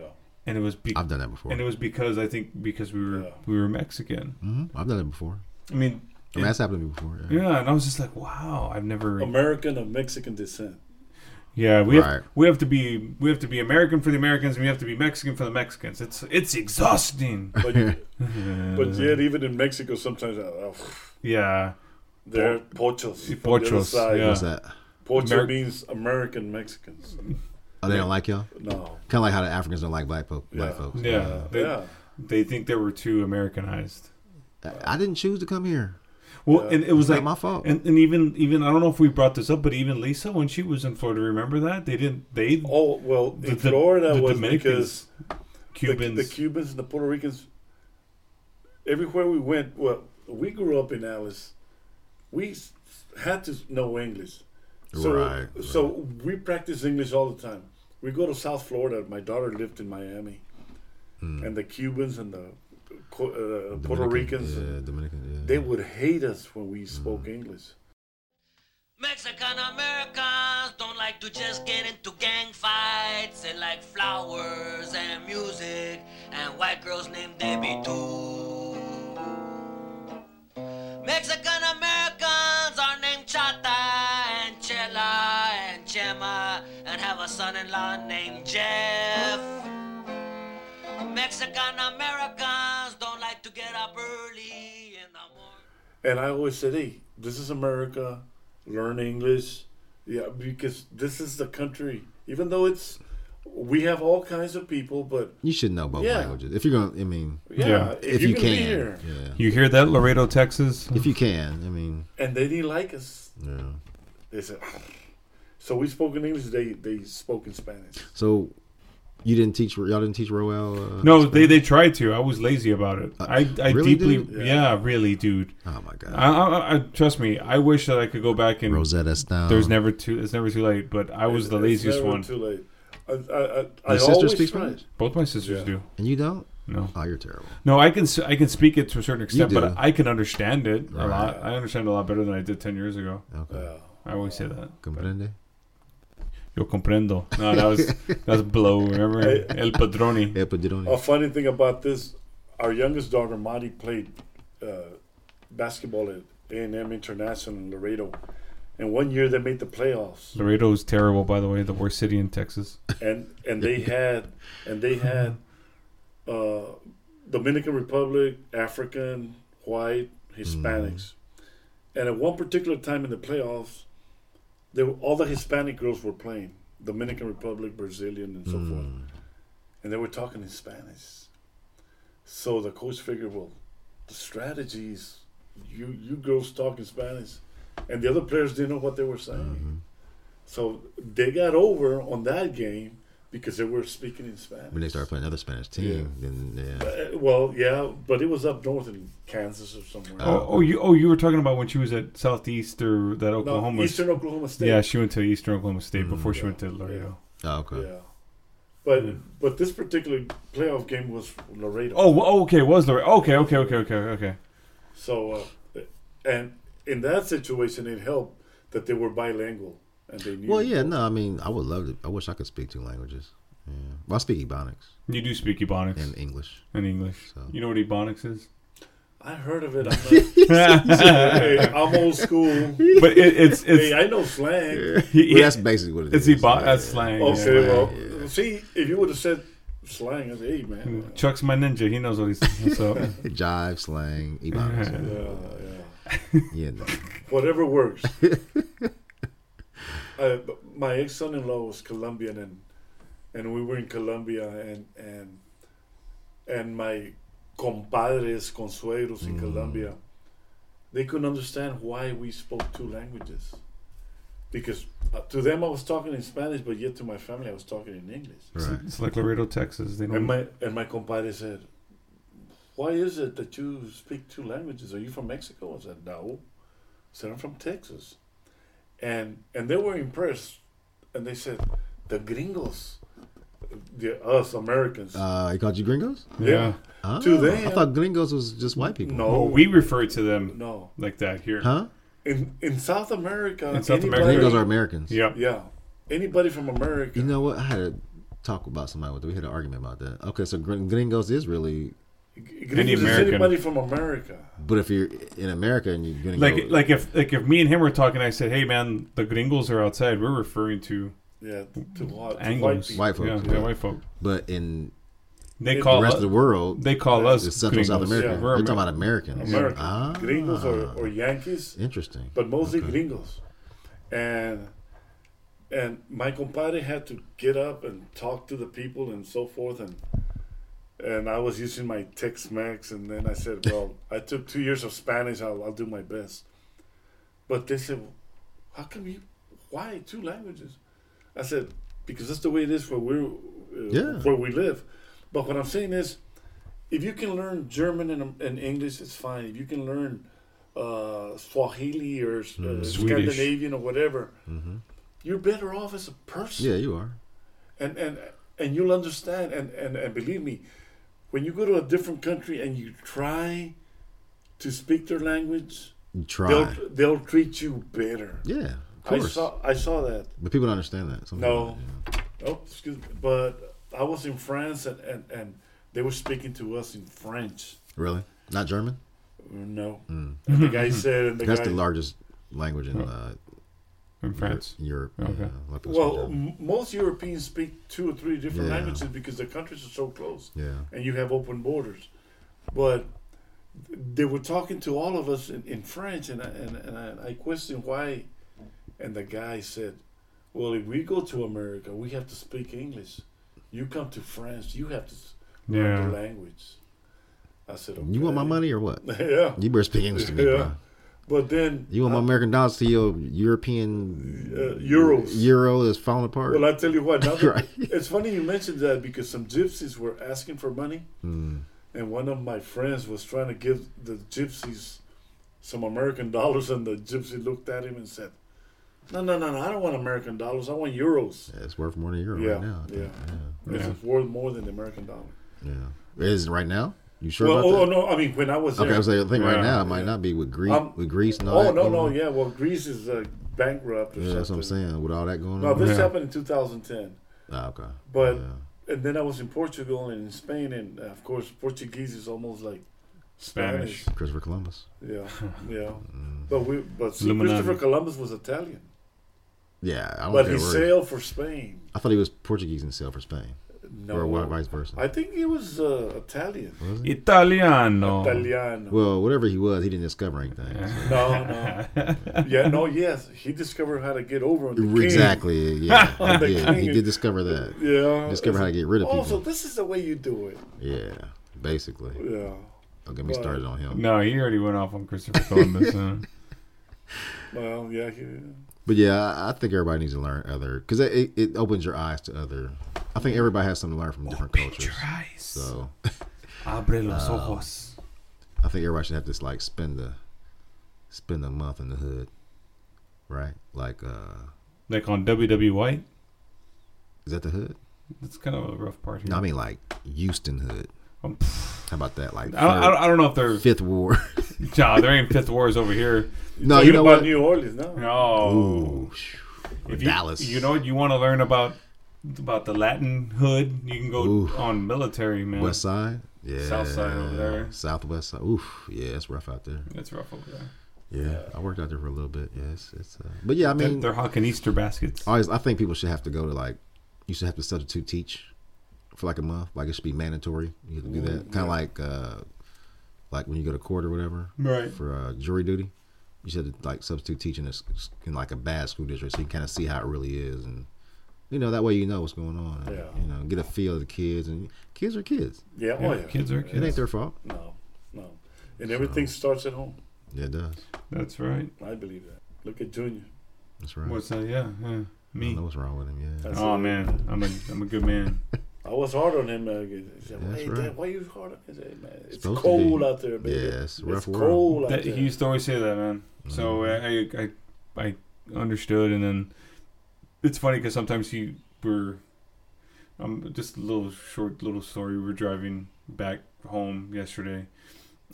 And it was be-
I've done that before.
and it was because I think because we were
Yeah.
we were Mexican.
hmm I've done it before.
I mean,
I mean,
it-
that's happened to me before. Yeah.
yeah, and I was just like, wow, I've never.
American of Mexican descent.
Yeah, we
Right.
have, we have to be we have to be American for the Americans, and we have to be Mexican for the Mexicans. It's it's exhausting.
But, you- but yet, even in Mexico, sometimes uh, uh,
yeah,
they're pochos. from the other
Pochos,
side.
yeah.
What's that?
Pocho
Ameri-
means American Mexicans.
Oh, they don't like y'all.
No.
Kind of like how the Africans don't like black, po- black
Yeah.
folks.
yeah. they,
yeah.
they think they were too Americanized.
I, I didn't choose to come here.
Well, and it was
not
like
my fault.
And, and even even I don't know if we brought this up, but even Lisa when she was in Florida, remember that they didn't they
Oh, well, in
the-
Florida
the
was
Dominicans,
because the-
Cubans.
The, Cubans and the Puerto Ricans. Everywhere we went, well, we grew up in Alice. We s- had to know English, so
Right, right.
so we practice English all the time. We go to South Florida. My daughter lived in Miami, and the Cubans and the Co- uh, Puerto
Hmm. Dominican,
Ricans,
Yeah, Hmm. Dominican. Yeah.
they would hate us when we spoke English.
Mexican Americans don't like to just get into gang fights. They like flowers and music and white girls named Debbie too. Mexican Americans are named Chata and Chela and Chema and have a son-in-law named Jeff. Mexican Americans don't like to get up early in the morning.
And I always said, hey, this is America. Learn English. Yeah, because this is the country. Even though it's, we have all kinds of people, but
You should know both
Yeah.
languages if you're gonna. I mean,
yeah,
Yeah.
if you
can.
can,
Be here.
yeah.
you hear that Laredo, Texas?
If you can, I mean,
And they didn't like us.
yeah.
They said, so we spoke in English, they, they spoke in Spanish.
So you didn't teach y'all didn't teach Roel. Uh,
No, they they tried to. I was lazy about it. I I
really,
deeply
dude?
yeah. really, dude.
Oh my God.
I, I, I trust me. I wish that I could go back and
Rosetta Stone.
There's never too. It's never too late. But I was the
It's
laziest
never
one.
Too late. I, I, I, I
Your sister
always
speaks
tried.
Spanish?
Both my sisters
Yeah.
do.
and you don't.
No.
Oh, you're terrible.
No, I can s- I can speak it to a certain extent,
do.
but I can understand it a
Right.
lot. I understand it a lot better than I did ten years ago.
Okay.
I always say that.
Comprende?
Yo comprendo. No, that was that's below. Remember El Padroni.
Yeah, but you
Oh.
don't.
A funny thing about this, our youngest daughter Madi played uh, basketball at A and M International in Laredo, and one year they made the playoffs,
Laredo is terrible, by the way. The worst city in Texas.
and and they had and they had uh, Dominican Republic, African, white, Hispanics, and at one particular time in the playoffs, they were, all the Hispanic girls were playing Dominican Republic, Brazilian, and so forth, and they were talking in Spanish. So the coach figured, well, the strategies, you you girls talk in Spanish, and the other players didn't know what they were saying. So they got over on that game because they were speaking in Spanish.
When they started playing another Spanish team, then yeah.
Uh, well, yeah, but it was up north in Kansas or somewhere.
Oh, oh, you oh you were talking about when she was at Southeast or that Oh, Oklahoma
Eastern Oklahoma State.
Yeah, she went to Eastern Oklahoma
Mm.
State before she went to Laredo.
Oh, okay.
Yeah. But but this particular playoff game was Laredo.
Oh, wh- oh, okay, it was Laredo. Okay, okay, okay, okay, okay.
So uh, and in that situation, it helped that they were bilingual and they knew.
Well, yeah, no, I mean, I would love to. I wish I could speak two languages. Yeah, well, I speak Ebonics
You do speak Ebonics
and English.
in English. You know what Ebonics is?
I heard of it. I'm, not, hey, I'm old school.
But it, it's it's
hey, I know slang.
he-
Well, that's basically what it
it's
is.
Ebon- that's slang. yeah.
Okay, well, see, if you would have said slang, I'd say, hey, man.
Chuck's my ninja. He knows what he's what's up.
Jive slang, Ebonics.
Yeah,
yeah.
yeah.
no.
Whatever works. I, my ex son in law was Colombian, and and we were in Colombia, and and and my compadres, consuegros in Colombia, they couldn't understand why we spoke two languages, because uh, to them I was talking in Spanish, but yet to my family I was talking in English.
Right.
It's like Laredo, Texas. They
And
don't.
my and my compadre said, "Why is it that you speak two languages? Are you from Mexico?" I said, "No." I said, "I'm from Texas," and and they were impressed, and they said, "The gringos, the us Americans."
Uh, he called you gringos?
yeah.
Ah,
To them,
I thought gringos was just white people.
no,
Well, we refer to them
oh. no.
like that here.
Huh?
In in South America,
In South
anybody-
America.
Gringos are Americans.
Yep.
yeah, anybody from America.
You know what? I had a talk about somebody with. We had an argument about that. Okay, so gr- gringos is really,
Gringos
Any
is
American.
anybody from America.
but if you're in America and you're gonna
Like
go,
like if like if me and him were talking, I said, "Hey man, the gringos are outside." We're referring to
Yeah, to what? To white
Anglos,
people.
White folks,
Yeah,
yeah.
yeah, white folk.
but in
They
The
the
call
rest
us,
of the world,
they call us
it's Central South
gringos.
America.
Yeah.
We're
We're
talking
Amer-
about Americans.
American
Ah,
gringos or, or Yankees.
interesting.
but mostly gringos. And and my compadre had to get up and talk to the people and so forth and and I was using my Tex Mex and then I said, Well, I took two years of Spanish, I'll I'll do my best. But they said, well, how come you why two languages? I said, Because that's the way it is where we're uh,
Yeah.
where we live. But what I'm saying is if you can learn German and, and English, it's fine. If you can learn uh, Swahili or uh,
Swedish.
Scandinavian or whatever, you're better off as a person.
yeah, you are.
And, and, and you'll understand. And, and, and believe me, when you go to a different country and you try to speak their language,
You
they'll,
try.
they'll treat you better.
Yeah, of
I
course.
saw, I saw that.
but people don't understand that. Some people
No.
don't, yeah.
Oh, excuse me. But I was in France and, and, and they were speaking to us in French.
Really? Not German?
No. And the guy said, and the
Hmm. That's
guy,
the largest language in uh,
in France.
Europe. uh,
Okay.
Yeah, like this
Well,
one.
m- most Europeans speak two or three different
Yeah.
languages because the countries are so close,
Yeah.
and you have open borders. But they were talking to all of us in, in French, and I, and, and I, I questioned why. And the guy said, "Well, if we go to America, we have to speak English. You come to France, you have to s- learn the
Yeah.
language." I said, okay.
you want my money or what?
yeah,
You better speak English to me,
yeah.
bro.
But then
You want my American dollars to your European
uh, euros.
euro is falling apart?
Well, I tell you what, now that-
Right.
it's funny you mentioned that because some gypsies were asking for money,
Hmm.
and one of my friends was trying to give the gypsies some American dollars, and the gypsy looked at him and said, "No, no, no, no! I don't want American dollars. I want euros."
it's worth more than a euro
Yeah,
right now. I
yeah,
think.
It's worth more than the American dollar.
Yeah. It is right now? You sure
well,
about
oh
that?
no, I mean when I was
Okay,
there.
I was like, I think right
Yeah,
now it might not be with Greece,
Um,
with Greece and all
oh
that
no,
going
no,
on.
yeah. Well, Greece is uh, bankrupt or
Yeah,
something.
that's what I'm saying. With all that going
No,
on,
this
Yeah.
happened in 2010.
Ah, okay.
But
Yeah.
and then I was in Portugal and in Spain, and uh, of course Portuguese is almost like
Spanish.
Spanish.
Christopher Columbus.
Yeah, yeah.
Mm.
But we, but see,
Illuminati.
Christopher Columbus was Italian,
Yeah, I don't
but
think
he
it works.
sailed for Spain.
I thought he was Portuguese and sailed for Spain. or what, vice versa.
Oh, I think he was uh, Italian.
Was it?
Italiano.
Italiano.
Well, whatever he was, he didn't discover anything. so-
No, no. yeah, no, yes. He discovered how to get over on the king.
Exactly. Yeah,
On the
he did. He
king.
did discover that.
Yeah.
discover how to get rid of
Also,
people.
this is the way you do it.
Yeah, basically.
Yeah.
Don't get me
But-
started on him.
No, he already went off on Christopher Columbus. huh?
Well, yeah. He,
But yeah, I- I think everybody needs to learn other because it, it, it opens your eyes to other. I think everybody has something to learn from different cultures. So uh,
Abre los ojos.
I think everybody should have this like spend a spend a month in the hood, right? Like, uh
Like on WW White.
is that the hood?
That's kind of a rough part here.
No, I mean like Houston hood.
Um,
How about that? Like,
I don't- I don't- I don't know if they're-
Fifth War.
Nah, there ain't fifth wars over here.
no, you know
about
what?
New Orleans, no?
No.
Ooh,
If you,
Dallas.
You know what you want to learn about about the Latin hood? You can go on military, man.
West Side. Yeah.
South Side over there.
Southwest Side. Oof. Yeah, it's rough out there.
That's rough over there.
Yeah, I worked out there for a little bit. Yes, it's. Uh, but yeah, I mean,
they're, they're hawking Easter baskets.
always I think people should have to go to like you should have to substitute teach for like a month. Like it should be mandatory. You have to do that.
Mm,
Kind of like uh like when you go to court or whatever.
Right.
For uh, jury duty. You should have to, like substitute teaching in, a s- in like a bad school district so you kind of see how it really is and you know that way you know what's going on. and,
Yeah.
You know, get a feel of the kids and kids are kids.
yeah, oh, yeah.
Kids are
It ain't
kids.
their fault.
No, no. And everything starts at home.
Yeah, it does.
That's right.
I believe that. Look at Junior.
That's right.
What's that? Yeah, yeah.
I don't
Me.
know what's wrong with him. Yeah.
Oh man, I'm a I'm a good man.
I was hard on him. uh, He said,
That's
hey,
right.
Dad, why you hard on me? He said, man, it's
Supposed to
cold
be.
out there, baby.
Yeah, it's a rough
cold
world.
out
That,
there.
he used to always say that, man. So I, I, I, I understood, and then it's funny because sometimes you were, um, just a little short little story. We were driving back home yesterday,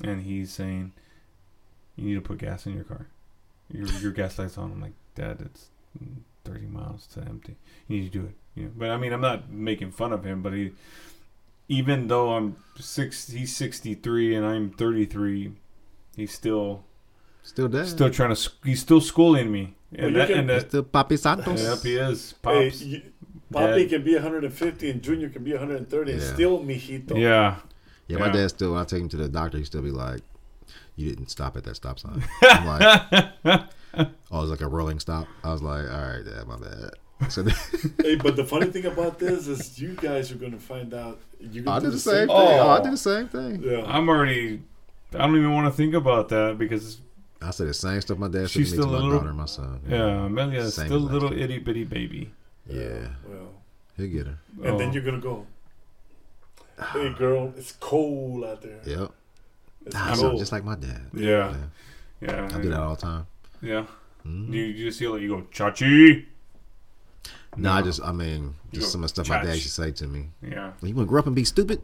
and he's saying, "You need to put gas in your car. Your your gas light's on." I'm like, "Dad, it's thirty miles to empty. You need to do it." You know? But I mean, I'm not making fun of him, but he. Even though I'm six, he's 63 and I'm 33 he's still
Still dead.
still trying to sc- he's still schooling me and
you
that
can-
and that
Still Papi Santos.
yep he is
Hey,
pops
you- Papi
Dad.
can be 150 and Junior can be 130 and
Yeah.
still Mijito.
yeah
Yeah, my
Yeah.
dad still. When I take him to the doctor, he still be like, "You didn't stop at that stop sign." I'm like, "Oh, it's like a rolling stop." I was like, "All right, dad, my bad." So then,
Hey, but the funny thing about this is you guys are going to find out. You
I
do
did the same thing.
Oh.
Oh, I did the same thing.
Yeah.
i'm already i don't even want to think about that because
I said the same stuff my dad said
She's
to me to
still a
my
little-
daughter and my son.
yeah amelia is
Same
still a
as
little
that.
itty bitty baby
yeah,
Well,
he'll get her.
and
Oh.
then you're going to go, hey, girl, it's cold out there.
Yep,
It's
I sound
cold.
Ah, just like my dad.
yeah Oh. yeah
I do that all Hmm. the time.
yeah you, you just yell it you go chachi
No, I just, I mean,
go,
just some of the stuff my
"Judge."
dad used to say to me.
yeah
You gonna grow up and be stupid?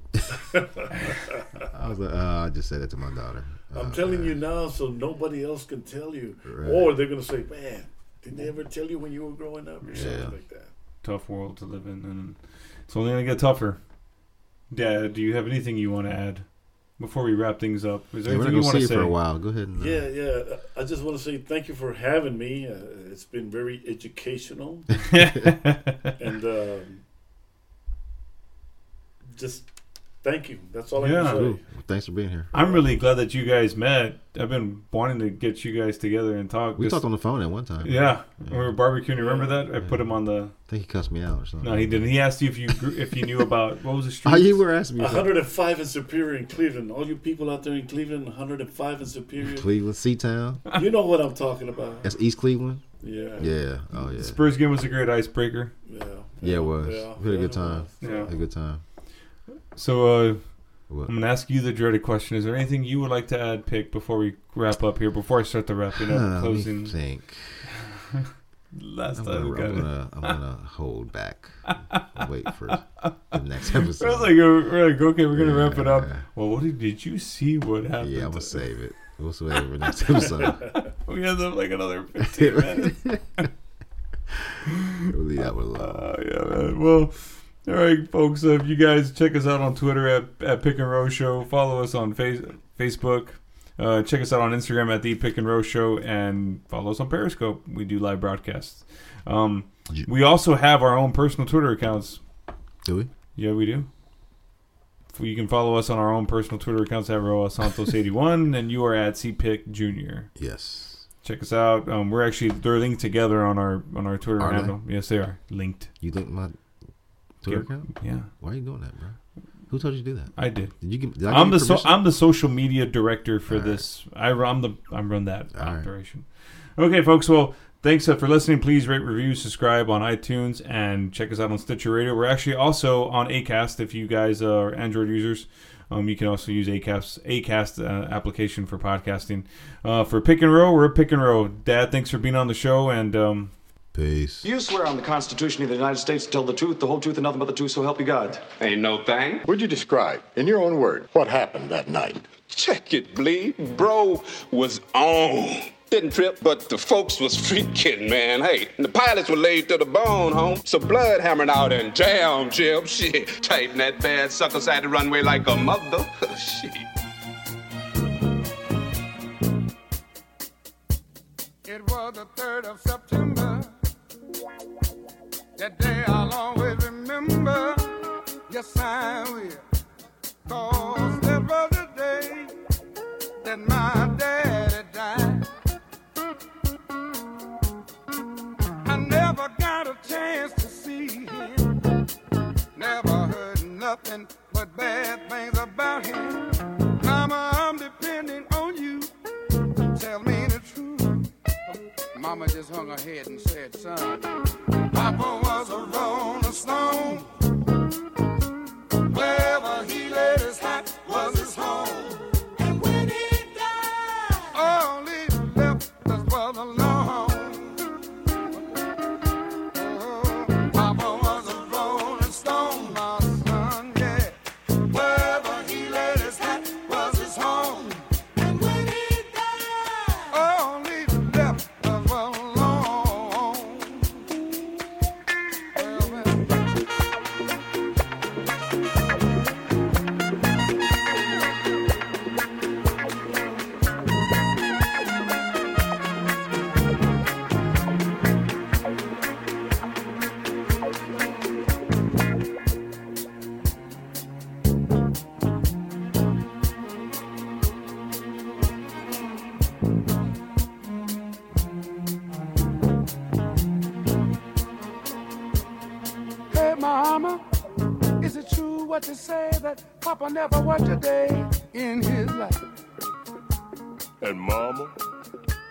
I was like, uh, I just said that to my daughter.
I'm telling you now so nobody else can tell you. Or they're going to say, man, didn't they ever tell you when you were growing up? Or
Yeah.
something like that.
tough world to live in and it's only gonna get tougher dad do you have anything you want to add before we wrap things up is
Yeah, we're
there
not
anything you
gonna
want
see you
to say
for a while. Go ahead and uh,
Yeah, yeah. I just want to say thank you for having me. Uh, it's been very educational, and um, just thank you. That's all I
Yeah.
can
Cool.
say.
Thanks for being here.
I'm really glad that you guys met. I've been wanting to get you guys together and talk.
We
just-
talked on the phone at one time.
yeah, we were barbecuing. Remember that? I put him on the.
I think he cussed me out or something.
No, he didn't. He asked you if you gr- if you knew about what was the street.
Oh, you were asking me. Something.
105 in Superior in Cleveland. All you people out there in Cleveland, 105 in Superior.
Cleveland, Seatown.
You know what I'm talking about.
That's East Cleveland.
Yeah.
Yeah. Oh yeah.
Spurs game was a great icebreaker.
Yeah.
Yeah, it was.
Yeah.
we had a good time.
Yeah.
Had a good time.
So uh,
What?
I'm gonna ask you the dreaded question: Is there anything you would like to add, pick, before we wrap up here? Before I start the wrapping
Uh,
up,
let me
closing.
think.
Last
I'm
time
gonna,
we got
I'm,
it.
gonna, I'm gonna hold back. and Wait for the next
I was
episode.
like, uh, we're like, okay, we're gonna wrap it up.
Yeah.
Well, what did, did you see? What happened?
yeah, I'm gonna
to-
save it. We'll save it for next episode.
We have like another 15 minutes.
we'll leave that one alone.
Uh, yeah, man. Well, all right, folks. Uh, you guys check us out on Twitter at, at Pick and Row Show. Follow us on face, Facebook. Uh, check us out on Instagram at the Pick and Row Show, and follow us on Periscope. We do live broadcasts. Um,
Yeah.
we also have our own personal Twitter accounts.
Do we?
Yeah, we do. F- You can follow us on our own personal Twitter accounts at Roa Santos81, and you are at CPick Jr.
Yes.
Check us out. Um, we're actually they're linked together on our on our Twitter
Are they?
handle. Yes, they are linked.
You linked my Twitter
Yeah.
account?
Yeah.
Why are you doing that, bro? Who told you to do that?
I did.
Did you give? Did I give
I'm
you
the so,
permission?
I'm the social media director for this. I run the I run that operation. Okay, folks. Well, thanks uh, for listening. Please rate, review, subscribe on iTunes, and check us out on Stitcher Radio. We're actually also on Acast. If you guys uh, are Android users, um, you can also use Acast Acast uh, application for podcasting. Uh, for pick and row, we're at pick and row. Dad, thanks for being on the show, and um,
peace.
You swear on the Constitution of the United States to tell the truth, the whole truth, and nothing but the truth, so help you God.
Ain't no thing. Would you describe, in your own word, what happened that night?
Check it, bleed. Bro was on. Didn't trip, but the folks was freaking, man. Hey, and the pilots were laid to the bone, home. So blood hammering out and jam, Jim. Shit, tighten that bad sucker side the runway like a mother. Shit.
It was the 3rd of September. That day I'll always remember. Yes, I will. Cause that was the day that my daddy died. I never got a chance to see him. Never heard nothing but bad things about him. Mama, I'm depending on you. Tell me the truth. Mama just hung her head and said, son, Papa was a rolling stone. Wherever he laid his hat was his home. And when he died, all he left us was alone. Oh, Papa was a rolling stone, my son, yeah. Wherever he laid his hat was his home. And when he died, all he left us alone. Hey, mama, is it true what they say that Papa never worked a day in his life?
And mama,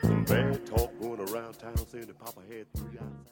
some bad talk going around town saying that Papa had three eyes.